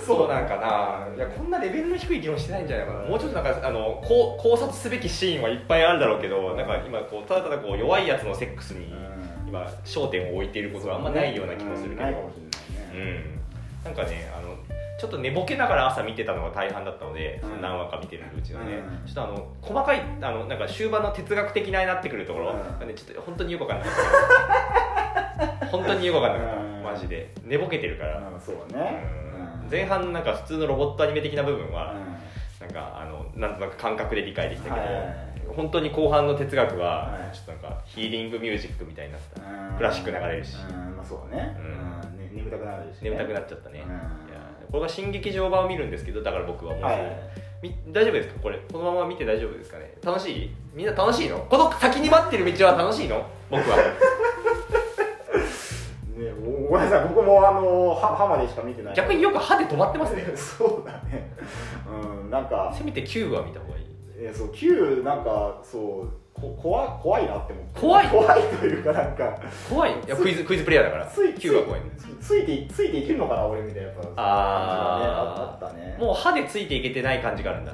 B: そうなんかないやこんなレベルの低い議論してないんじゃないかなもうちょっとなんかあのこう考察すべきシーンはいっぱいあるだろうけどなんか今こうただただこう弱いやつのセックスに
A: うん
B: 今焦点を置いていることはあんまないような気もするけ
A: うんない
B: ど
A: かもしれないね、
B: うんなんかねあのちょっと寝ぼけながら朝見てたのが大半だったので、
A: うん
B: 何話か見てるうちのね、
A: うん
B: ちょっとあの細かいあのなんか終盤の哲学的なになってくるところ
A: うん
B: がね、ちょっと本当によくわかんなかった本当によくわかんなかった、
A: うん
B: マジで寝ぼけてるから、
A: うんそうだね、
B: うん
A: うん
B: 前半なんか普通のロボットアニメ的な部分は、
A: うん
B: なんかあのなんとなく感覚で理解できたけど、
A: はいはいはい
B: 本当に後半の哲学は、
A: はい
B: ちょっとなんかヒーリングミュージックみたいになった、
A: うん
B: クラシック流れるし
A: うんまあそうだね,、
B: う
A: うんん、ね眠たくなるし、ね、
B: 眠たくなっちゃったね、
A: うん
B: いやこれが新劇場版を見るんですけどだから僕はもう、
A: はい
B: み大丈夫ですかこれこのまま見て大丈夫ですかね楽しいみんな楽しいのこの先に待ってる道は楽しいの僕は
A: ねごごめんなさい僕もあの歯歯までしか見てない
B: 逆によく歯で止まってますね
A: そうだねうんなんか
B: せめて9は見た方がいい
A: えーそう Q なんかそうこ怖怖いなって思って
B: 怖い
A: 怖いというかなんか
B: 怖いいやクイズクイズプレイヤーだから
A: つい
B: 9は怖いの
A: つついてついていけるのかな俺みたいなやっぱ
B: あー
A: 感じがねああったね
B: もう歯でついていけてない感じがあるんだ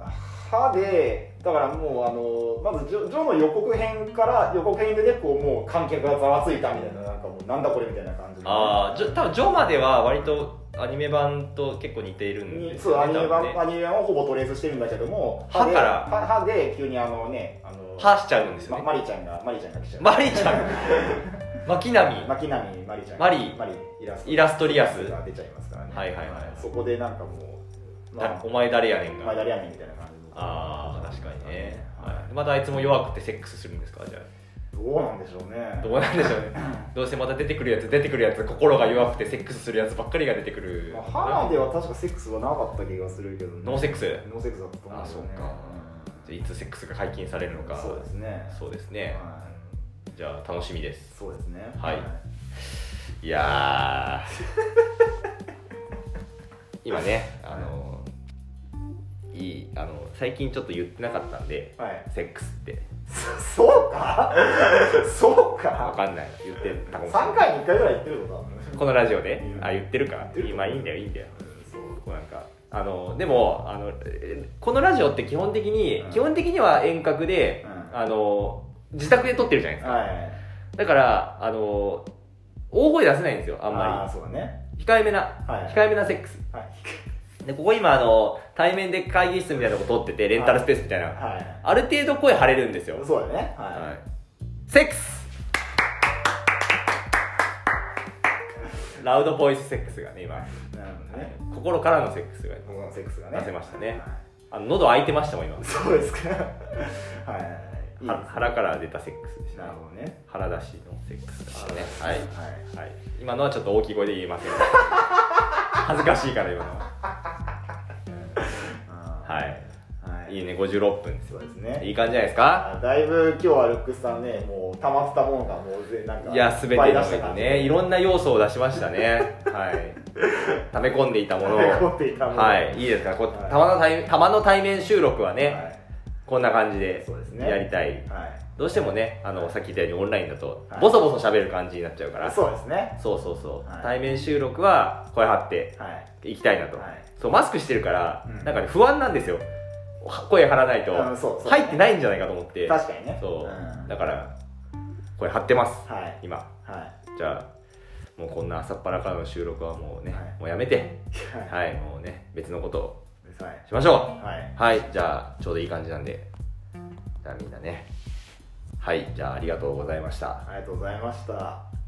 A: あー歯でだからもうあのまずジョジョの予告編から予告編でねこうもう観客がざわついたみたいななんかもうなんだこれみたいな感じの
B: ああじょ多分ジョーまでは割とアニメ版と結構似ているん
A: に
B: です
A: そうアニメ
B: 多
A: 版、
B: 分ね
A: アニメ版をほぼトレースしてるんだけども
B: 歯
A: で
B: から
A: 歯歯で急にあのねあの
B: 歯しちゃうんですよ
A: ま、
B: ね、
A: マリちゃんがマリちゃんが来ちゃう、
B: マリちゃん 巻波
A: 巻波マリちゃん
B: マリ
A: マリイラスト
B: イラストリアス
A: が出ちゃいますからね
B: はいはいはい
A: そこでなんかもう、ま
B: だ
A: あ、
B: お前誰やねん
A: マイダ
B: が
A: リアミみたいな感じの
B: ああ確かにね、
A: はい
B: はい、またあいつも弱くてセックスするんですかじゃ
A: どうなんでしょうね
B: あどうなんでしょうねどうせまた出てくるやつ出てくるやつ心が弱くてセックスするやつばっかりが出てくる、
A: まあ花では確かセックスはなかった気がするけど、ね、
B: ノーセックスじゃ
A: ノーセックスだったと思うんですよね
B: ああいつセックスが解禁されるのか
A: そうですね
B: そうですね
A: はい
B: じゃあ楽しみです
A: そうですね
B: はいいや ー今ねあのいいあの最近ちょっと言ってなかったんで
A: はい
B: セックスって
A: そうか そう
B: わ
A: か
B: かんない言ってたかもしれない
A: 3回に1回ぐらい言ってるのか
B: このラジオで
A: うん
B: あ言ってるか
A: 言ってる
B: 今いいんだよいいんだよ
A: そう
B: こうなんかあのでもあのえこのラジオって基本的に、
A: うん
B: 基本的には遠隔で、
A: うん
B: あの自宅で撮ってるじゃないですか
A: はい
B: だからあの大声出せないんですよあ
A: あ
B: んま
A: ーそうだね
B: り控えめな、
A: はい
B: 控えめなセックス
A: はい
B: でここ今あの対面で会議室みたいなとこ撮っててレンタルスペースみたいな、
A: はい
B: ある程度声張れるんですよ、
A: そうだねはい、
B: はい、セックスラウドボイスセックスがね今、
A: なるほどね
B: 心からのセックスが
A: 僕のセックスがね
B: 出せましたね
A: は
B: あの喉開いてましたもん今
A: いそうですか はい
B: は腹から出たセックスでし
A: いいですね
B: た
A: な
B: ね
A: るほどね
B: 腹出しのセックスでしたねはい、
A: はい
B: はい、今のはちょっと大きい声で言いません恥ずかしいから今のは
A: は
B: はい
A: はい
B: いいね56分です
A: そ
B: よ
A: うですね
B: いい感じじゃないですか
A: あだいぶ今日はルックスさんねもう溜まってたものがもう全なんか
B: いや全
A: い
B: て
A: っぱい
B: に
A: 出
B: おい
A: した
B: て
A: 感じ
B: ねいろんな要素を出しましたねはい溜め込んでいた ものを
A: 溜め込んでいたものを
B: はいいいですかこう
A: はい
B: たまの対たまの対面収録はね、
A: はい
B: こんな感じで
A: そうですね
B: やりたい、
A: はい
B: どうしてもねあのさっき言ったようにオンラインだと
A: はい
B: ボソボソ喋る感じになっちゃうから、
A: そうですね
B: そうそうそう、
A: はい
B: 対面収録は声張って
A: はい
B: いきたいなと、
A: はい
B: そうマスクしてるから、
A: うん
B: なんかね不安なんですよは声張らないと
A: うんそうそう
B: 入ってないんじゃないかと思って
A: 確かにね
B: そう、
A: ん
B: だから声張ってます
A: はい
B: 今
A: はい
B: じゃあもうこんな朝っぱらからの収録はもうね、
A: はい
B: もうやめて
A: はいは
B: はいもうね別のことを
A: い
B: しましょ
A: はい、
B: うはいじゃあちょうどいい感じなんでじゃあみんなねはいじゃあありがとうございました
A: ありがとうございました